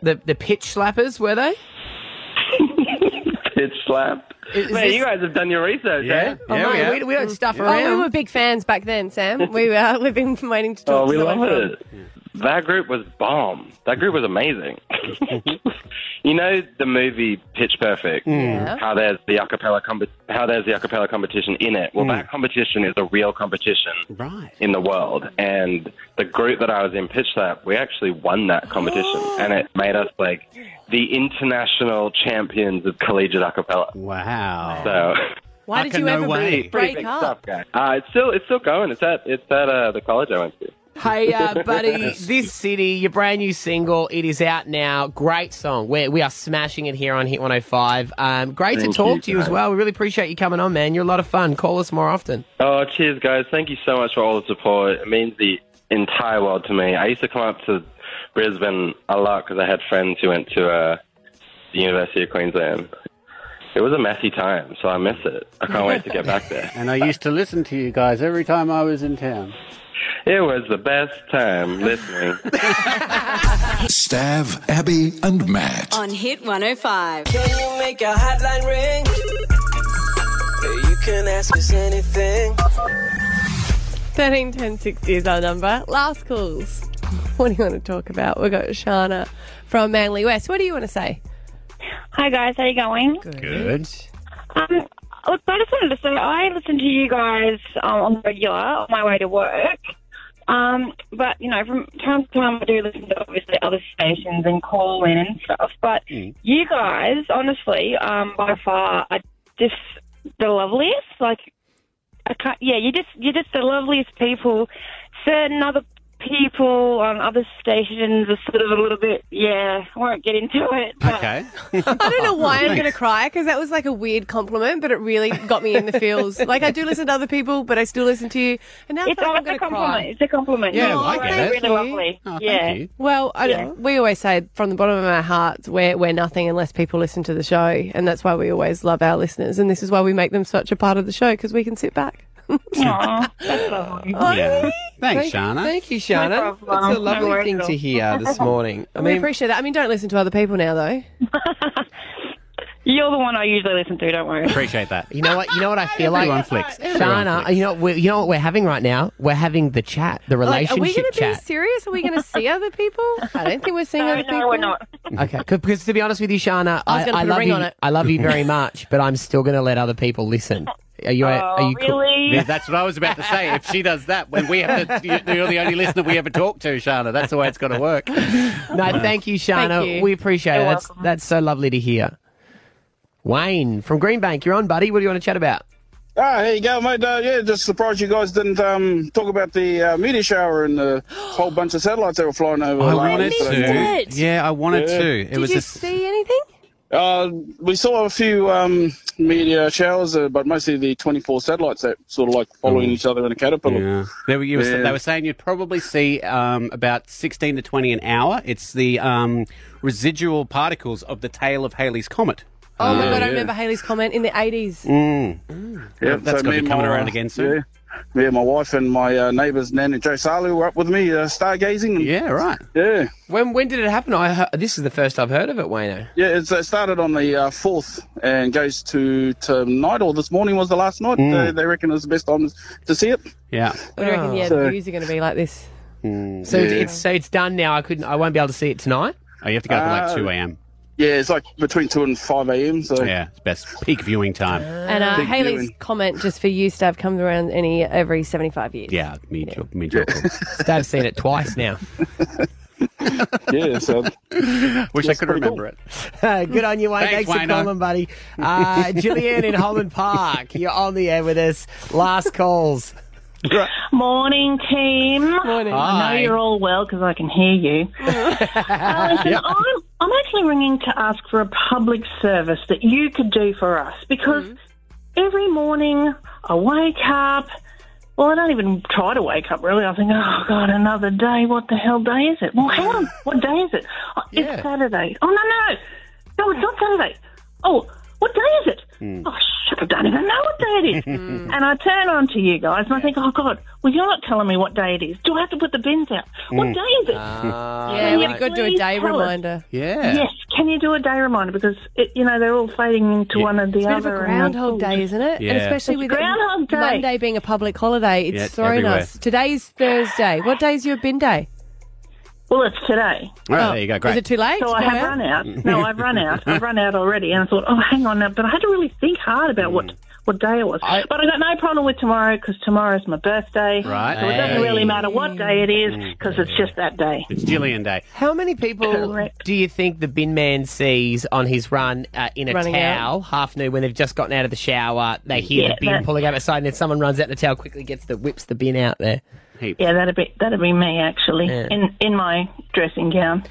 Speaker 1: The the pitch slappers were they?
Speaker 27: pitch slap.
Speaker 1: Is
Speaker 27: Man,
Speaker 1: this-
Speaker 27: you guys have done your research, eh?
Speaker 1: Oh, Yeah, mate, we have. we- we don't stuff
Speaker 2: Oh, we were big fans back then, Sam. We were, uh, we've been waiting to talk
Speaker 27: Oh, we
Speaker 2: to
Speaker 27: love
Speaker 2: someone from-
Speaker 27: it. That group was bomb. That group was amazing. you know the movie Pitch Perfect?
Speaker 8: Mm. Yeah.
Speaker 27: How there's the acapella comp- how there's the acapella competition in it. Well, that competition is a real competition
Speaker 6: right.
Speaker 27: in the world, and the group that I was in, Pitch Slap, we actually won that competition, and it made us like the international champions of collegiate acapella.
Speaker 6: Wow!
Speaker 27: So.
Speaker 2: Why did you ever
Speaker 27: Pretty-
Speaker 2: break,
Speaker 27: pretty
Speaker 2: break
Speaker 27: big
Speaker 2: up?
Speaker 27: stuff, guys. Uh, it's still it's still going. It's at it's at uh, the college I went to.
Speaker 1: Hey, uh, buddy, this city, your brand new single, it is out now. Great song. We're, we are smashing it here on Hit 105. Um, great
Speaker 27: Thank
Speaker 1: to talk
Speaker 27: you,
Speaker 1: to you as
Speaker 27: guys.
Speaker 1: well. We really appreciate you coming on, man. You're a lot of fun. Call us more often.
Speaker 27: Oh, cheers, guys. Thank you so much for all the support. It means the entire world to me. I used to come up to Brisbane a lot because I had friends who went to uh, the University of Queensland. It was a messy time, so I miss it. I can't wait to get back there.
Speaker 6: And I used to listen to you guys every time I was in town.
Speaker 27: It was the best time listening.
Speaker 5: Stav, Abby, and Matt.
Speaker 28: On Hit 105.
Speaker 8: Can you make a hotline ring? You can ask us anything.
Speaker 2: 13 10 60 is our number. Last calls. What do you want to talk about? We've got Shana from Manly West. What do you want to say?
Speaker 13: Hi guys, how you going?
Speaker 6: Good.
Speaker 13: Um, look, I just wanted to say I listen to you guys um, on the regular on my way to work. Um, but you know, from time to time, I do listen to obviously other stations and call in and stuff. But you guys, honestly, um, by far, are just the loveliest. Like, I can't, yeah, you just you're just the loveliest people. Certain other people on other stations are sort of a little bit, yeah. I won't get into it.
Speaker 6: Okay.
Speaker 2: I don't know why I'm going to
Speaker 13: Thanks.
Speaker 2: cry because that was like a weird compliment, but it really got me in the feels. like I do listen to other people, but I still listen to you. And now I
Speaker 13: It's
Speaker 2: feel like
Speaker 13: a-
Speaker 2: I'm going
Speaker 13: it's a
Speaker 2: to
Speaker 13: compliment.
Speaker 2: cry.
Speaker 13: It's a compliment. Yeah, No, I get it's it. really lovely. Oh, thank Yeah. you.
Speaker 2: Well, I
Speaker 13: Yeah.
Speaker 2: we always say from the bottom of our hearts, we're we're nothing unless people listen to the show, and that's why we always love our listeners, and this is why we make them such a part of the show because we can sit back.
Speaker 6: Yeah.
Speaker 2: Thank-
Speaker 6: Thanks, Shana.
Speaker 1: Thank you, Shana.
Speaker 2: No problem.
Speaker 1: That's a
Speaker 2: No
Speaker 1: lovely
Speaker 2: worries
Speaker 1: thing
Speaker 2: at
Speaker 1: to
Speaker 2: all.
Speaker 1: hear this morning. I
Speaker 2: we
Speaker 1: mean,
Speaker 2: appreciate that. I mean, don't listen to other people now, though.
Speaker 13: You're the one I usually listen to. Don't worry.
Speaker 6: Appreciate that.
Speaker 1: You know what? You know what I feel like.
Speaker 6: Everyone flicks. Everyone
Speaker 1: Shana, you know, we, you know what we're having right now? We're having the chat, the
Speaker 2: Like,
Speaker 1: relationship
Speaker 2: are we going to be
Speaker 1: chat.
Speaker 2: serious? Are we going to see other people? I don't think we're seeing other people. No, we're not.
Speaker 1: Okay, 'cause- because to be honest with you, Shana,
Speaker 2: I was
Speaker 1: I,
Speaker 2: gonna
Speaker 1: I
Speaker 2: put a
Speaker 1: love
Speaker 2: ring
Speaker 1: you.
Speaker 2: on it.
Speaker 1: I love you very much, but I'm still going to let other people listen. Are you?
Speaker 2: Oh,
Speaker 1: are you cool?
Speaker 6: Yeah, that's what I was about to say. If she does that, when we have to, you- you're the only listener we ever talk to, Shana. That's the way it's got to work.
Speaker 1: No, thank you, Shana.
Speaker 6: Thank you.
Speaker 1: We appreciate
Speaker 6: You're
Speaker 1: it. That's, that's so lovely to hear. Wayne from Greenbank, you're on, buddy. What do you want to chat about?
Speaker 14: Ah, here you go, mate. Uh, yeah, just surprised you guys didn't um, talk about the uh, meteor shower and the whole bunch of satellites that were flying over.
Speaker 6: I
Speaker 14: the last
Speaker 6: wanted
Speaker 14: yesterday.
Speaker 6: to. Yeah, I wanted
Speaker 14: Yeah.
Speaker 6: to. It was just
Speaker 2: see anything?
Speaker 14: Uh, we saw a few um, meteor showers, uh, but mostly the 24 satellites that sort of like following each other in a caterpillar.
Speaker 6: Yeah. They were, you were,
Speaker 14: Yeah.
Speaker 6: they were saying you'd probably see um, about 16 to 20 an hour. It's the um, residual particles of the tail of Halley's Comet.
Speaker 2: Oh my god, I remember Haley's comment in the 80s.
Speaker 6: Mm.
Speaker 14: Yeah,
Speaker 6: That's
Speaker 14: so
Speaker 6: got to
Speaker 14: me
Speaker 6: be
Speaker 14: and
Speaker 6: coming
Speaker 14: my-
Speaker 6: around again soon.
Speaker 14: Yeah, my wife and my uh, neighbours, Nan and Joe Salu, were up with me uh, stargazing. And,
Speaker 6: yeah, right.
Speaker 14: Yeah.
Speaker 1: When when did it happen? I heard, this is the first I've heard of it, Wayno.
Speaker 14: Yeah, it's, it started on the uh, 4th and goes to tonight, or this morning was the last night.
Speaker 6: Mm.
Speaker 14: They, they reckon it's the best time to see it.
Speaker 6: Yeah.
Speaker 2: What do you reckon? Yeah,
Speaker 14: So-
Speaker 2: the views are going to be like this.
Speaker 1: Oh. Hmm, So
Speaker 14: Yeah.
Speaker 1: it's so it's done now. I couldn't. I won't be able to see it tonight.
Speaker 6: Oh, you have to
Speaker 14: go up at, like, Uh, 2
Speaker 6: a.m.
Speaker 14: Yeah, it's like between 2 and 5 a.m. So
Speaker 6: Yeah, it's best peak viewing time.
Speaker 2: And uh,
Speaker 14: Big
Speaker 2: Haley's
Speaker 14: viewing.
Speaker 2: comment just for you, Stav, comes around any every 75 years.
Speaker 6: Yeah, me, jo- me joking.
Speaker 1: Stav's seen it twice now.
Speaker 14: yeah, so
Speaker 6: Wish I could remember it.
Speaker 1: Good on you, Wayne.
Speaker 6: Thanks,
Speaker 1: Thanks,
Speaker 6: Wayno.
Speaker 1: for calling, buddy. Uh, Gillian in Holland Park, you're on the air with us. Last calls.
Speaker 11: Morning, team. Morning. I
Speaker 7: Hi.
Speaker 11: know you're all well because I can hear you. Alison, I'm, I'm actually ringing to ask for a public service that you could do for us because every morning I wake up. Well, I don't even try to wake up really. I think, oh God, another day. What the hell day is it? Well, hang on. What day is it? Oh, It's Saturday. Oh no, no, no, it's not Saturday. Oh, what day is it? Oh shit, I don't even know what day it is.
Speaker 2: Hmm.
Speaker 11: and I turn on to you guys and I think, oh God, well you're not telling me what day it is. Do I have to put the bins out? What
Speaker 2: Mm.
Speaker 11: day is it?
Speaker 2: Ah.
Speaker 11: Can
Speaker 2: Yeah,
Speaker 11: you
Speaker 2: we could do a
Speaker 11: please
Speaker 2: day
Speaker 11: tell us?
Speaker 2: reminder.
Speaker 11: Yeah. Yes, can you do a day reminder because it, you know they're all fading into one or the
Speaker 2: It's a bit of
Speaker 11: other.
Speaker 2: a Groundhog Day, isn't it? And
Speaker 11: Yeah.
Speaker 2: especially
Speaker 11: It's
Speaker 2: with
Speaker 11: Groundhog Day.
Speaker 2: Monday being a public holiday, it's
Speaker 11: Yeah, it's
Speaker 2: thrown
Speaker 11: everywhere.
Speaker 2: us. Today's Thursday. What day is your bin day?
Speaker 11: Well, it's today.
Speaker 2: All right,
Speaker 11: Oh.
Speaker 2: there you go. Great. Is it too late?
Speaker 11: So I have
Speaker 2: Yeah.
Speaker 11: run out. No, I've run out. I've run out already, and I thought, oh, hang on now. But I had to really think hard about what what day it was. but I got no problem with tomorrow because tomorrow's my birthday.
Speaker 6: Right.
Speaker 11: So it doesn't
Speaker 6: Hey.
Speaker 11: really matter what day it is because it's just that day.
Speaker 6: It's Jillian Day.
Speaker 1: How many people do you think the bin man sees on his run uh, in a
Speaker 11: Running out.
Speaker 1: towel, half nude, when they've just gotten out of the shower? They hear
Speaker 11: Yeah,
Speaker 1: the bin
Speaker 11: that-
Speaker 1: pulling up outside, and then someone runs out the towel quickly, gets the whips the bin out there.
Speaker 11: Yeah, that'd be that'd be me actually
Speaker 1: Yeah.
Speaker 11: in in my dressing gown.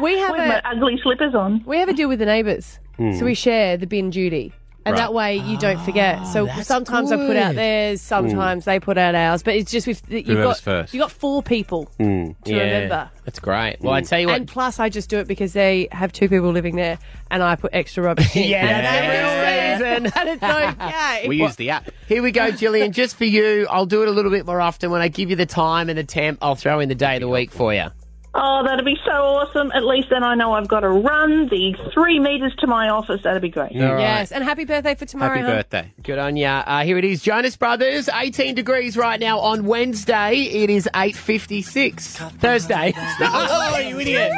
Speaker 2: We have
Speaker 11: With
Speaker 2: a,
Speaker 11: my ugly slippers on.
Speaker 2: We have a deal with the neighbours,
Speaker 11: Hmm.
Speaker 2: so we share the bin duty, and
Speaker 11: Right.
Speaker 2: that way you don't
Speaker 1: Ah,
Speaker 2: forget. So sometimes I put out
Speaker 11: good.
Speaker 2: theirs, sometimes they put out ours, but it's just with you've
Speaker 1: Whoever's
Speaker 2: got
Speaker 1: Hmm. first.
Speaker 2: you got four people. To remember.
Speaker 1: Hmm, that's great. Well, I tell you what,
Speaker 2: And plus, I just do it because they have two people living there, and I put extra rubbish in.
Speaker 1: Yeah,
Speaker 2: And
Speaker 1: that's
Speaker 2: everywhere.
Speaker 1: the reason.
Speaker 2: and it's okay.
Speaker 1: We use
Speaker 2: the
Speaker 6: app.
Speaker 1: Here we go, Jillian. Just for you, I'll do it a little bit more often. When I give you the time and the temp, I'll throw in the day of the week for you.
Speaker 11: Oh, that'd be so awesome. At least then I know I've got to run the three metres to my office. That'd be great.
Speaker 1: All right.
Speaker 2: Yes, and happy birthday for tomorrow. hon.
Speaker 1: Good on ya. Uh, here it is, Jonas Brothers. 18 degrees right now on Wednesday. It is 8.56. Thursday. oh, you idiot.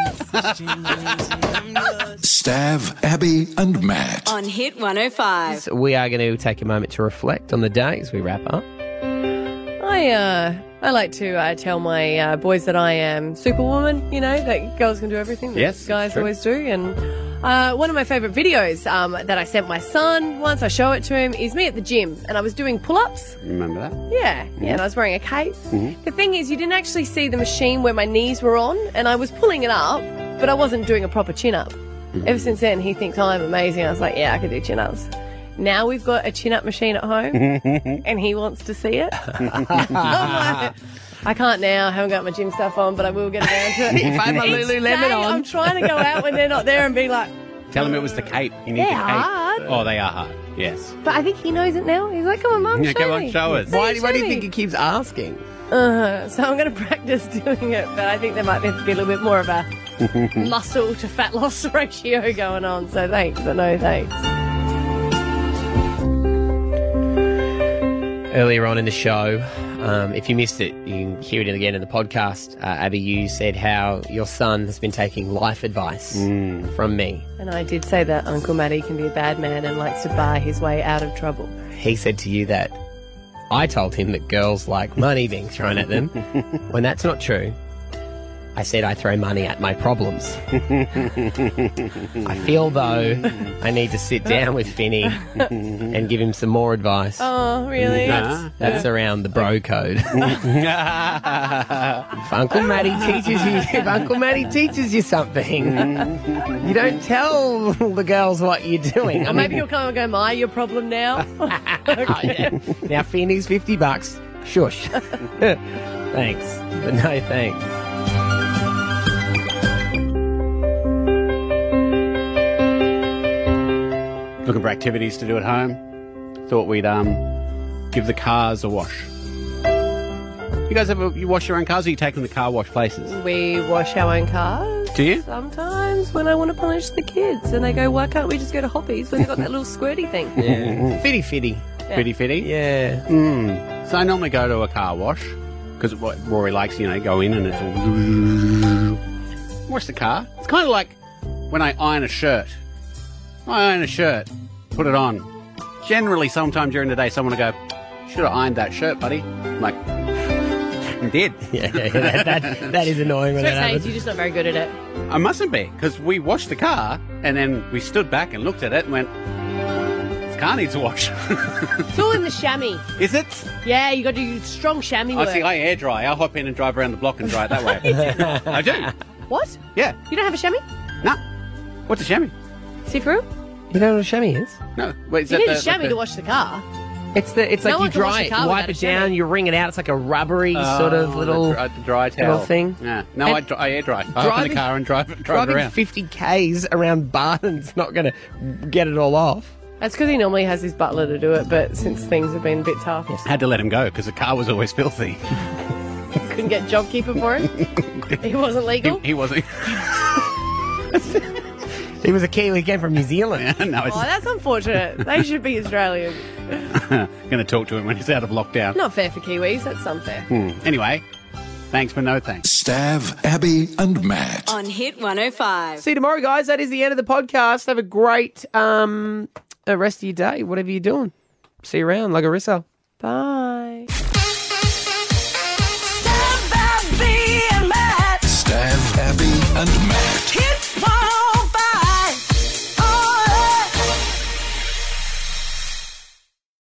Speaker 5: Stav, Abby, and Matt.
Speaker 8: On Hit 105.
Speaker 1: So we are going to take a moment to reflect on the day as we wrap up.
Speaker 2: I uh, I like to uh, tell my uh, boys that I am Superwoman. You know that girls can do everything. That
Speaker 16: Yes, it's
Speaker 2: guys
Speaker 16: true.
Speaker 2: always do. And uh, one of my favourite videos um, that I sent my son once, I show it to him, is me at the gym, and I was doing pull-ups.
Speaker 6: Remember that?
Speaker 2: Yeah, yeah, and I was wearing a cape.
Speaker 6: Mm-hmm.
Speaker 2: The thing is, you didn't actually see the machine where my knees were on, and I was pulling it up, but I wasn't doing a proper chin up. Ever since then, he thinks I'm amazing. I was like, yeah, I could do chin ups. Now we've got a chin up machine at home, and he wants to see it. I can't now. I haven't got my gym stuff on, but I will get around to it.
Speaker 6: If I had my
Speaker 2: Each
Speaker 6: Lululemon
Speaker 2: day,
Speaker 6: on.
Speaker 2: I'm trying to go out when they're not there and be like,
Speaker 6: Tell them it was the cape. You need
Speaker 2: They're
Speaker 6: the cape.
Speaker 2: hard.
Speaker 6: Oh, they are hard. Yes.
Speaker 2: but I think he knows it now. He's like, come on, mum,
Speaker 6: Yeah,
Speaker 2: show
Speaker 6: come on,
Speaker 2: me.
Speaker 6: show us. Why do- why do you think
Speaker 1: he keeps asking?
Speaker 2: Uh, so I'm going to practice doing it, but I think there might have to be a little bit more of a
Speaker 6: Hmm.
Speaker 2: muscle to fat loss ratio going on. So thanks, but no thanks.
Speaker 1: Earlier on in the show, um, if you missed it, you can hear it again in the podcast. Uh, Abby, you said how your son has been taking life advice
Speaker 2: Mm.
Speaker 1: from me.
Speaker 2: And I did say that Uncle Matty can be a bad man and likes to bar his way out of trouble.
Speaker 1: He said to you that I told him that girls like money being thrown at them. when that's not true, I said I throw money at my problems. I feel though I need to sit down with Finny and give him some more advice.
Speaker 2: Oh, really?
Speaker 1: That's, that's around the bro code. if Uncle Matty teaches you, if Uncle Matty teaches you something, you don't tell the girls what you're doing.
Speaker 2: Or maybe he'll come and go, My, your problem now? Okay.
Speaker 1: Now, Phoenix, 50 bucks. Shush. thanks. But no thanks.
Speaker 6: Looking for activities to do at home. Thought we'd um give the cars a wash. You guys ever you wash your own cars or you take them to car wash places?
Speaker 2: We wash our own cars.
Speaker 6: Do you?
Speaker 2: Sometimes when I want to punish the kids and they go, Why can't we just go to Hoppies when they've got that little squirty thing?
Speaker 6: Yeah.
Speaker 1: fitty fitty.
Speaker 2: Yeah.
Speaker 6: Fitty fitty?
Speaker 1: Yeah.
Speaker 6: Mm. So I normally go to a car wash because what Rory likes, you know, go in and it's all. Wash the car. It's kind of like when I iron a shirt. I iron a shirt, put it on. Generally, sometime during the day, someone will go, Should have ironed that shirt, buddy. I'm like, "You did.
Speaker 1: Yeah, yeah, that- that- that is annoying
Speaker 2: So it says you're just not very good at it.
Speaker 6: I mustn't be, because we washed the car and then we stood back and looked at it and went, Car needs a wash.
Speaker 2: It's all in the chamois.
Speaker 6: Is it?
Speaker 2: Yeah, you got to do strong chamois
Speaker 6: I
Speaker 2: work.
Speaker 6: see. I air dry. I'll hop in and drive around the block and dry it that way. I do.
Speaker 2: What?
Speaker 6: Yeah.
Speaker 2: You don't have a chamois?
Speaker 6: What's a chamois?
Speaker 2: See through?
Speaker 1: You know what a chamois is?
Speaker 6: No. Wait,
Speaker 2: You need a chamois to wash the car.
Speaker 1: It's the it's
Speaker 2: No
Speaker 1: like
Speaker 2: one
Speaker 1: you
Speaker 2: can wash
Speaker 1: dry
Speaker 2: a
Speaker 1: it,
Speaker 2: car
Speaker 1: you wipe it
Speaker 2: without a
Speaker 1: down, you wring it out. It's like a rubbery sort of
Speaker 6: Oh,
Speaker 1: little
Speaker 6: the dry, the dry towel
Speaker 1: little thing.
Speaker 6: Yeah. No,
Speaker 1: And
Speaker 6: I, dry, I air dry. I hop in
Speaker 1: driving-
Speaker 6: the car and drive, drive it
Speaker 1: driving
Speaker 6: around.
Speaker 1: fifty k's around Barton's not going to get it all off.
Speaker 2: That's because he normally has his butler to do it, but since things have been a bit tough,
Speaker 6: Had to let him go because the car was always filthy.
Speaker 2: couldn't get JobKeeper for him. he wasn't
Speaker 1: Oh.
Speaker 2: legal.
Speaker 6: He wasn't.
Speaker 1: He was a Kiwi. He came from New Zealand.
Speaker 6: no,
Speaker 2: Oh,
Speaker 6: it's
Speaker 2: that's unfortunate. They should be Australian.
Speaker 6: going to talk to him when he's out of lockdown.
Speaker 2: Not fair for Kiwis. That's unfair.
Speaker 6: Hmm. Anyway, thanks but no thanks.
Speaker 5: Stav, Abby, and Matt.
Speaker 1: On Hit 105. See you tomorrow, guys. That is the end of the podcast. Have a great um, uh, rest of your day, whatever you're doing. See you around, like Arissa. Bye.
Speaker 11: Oh,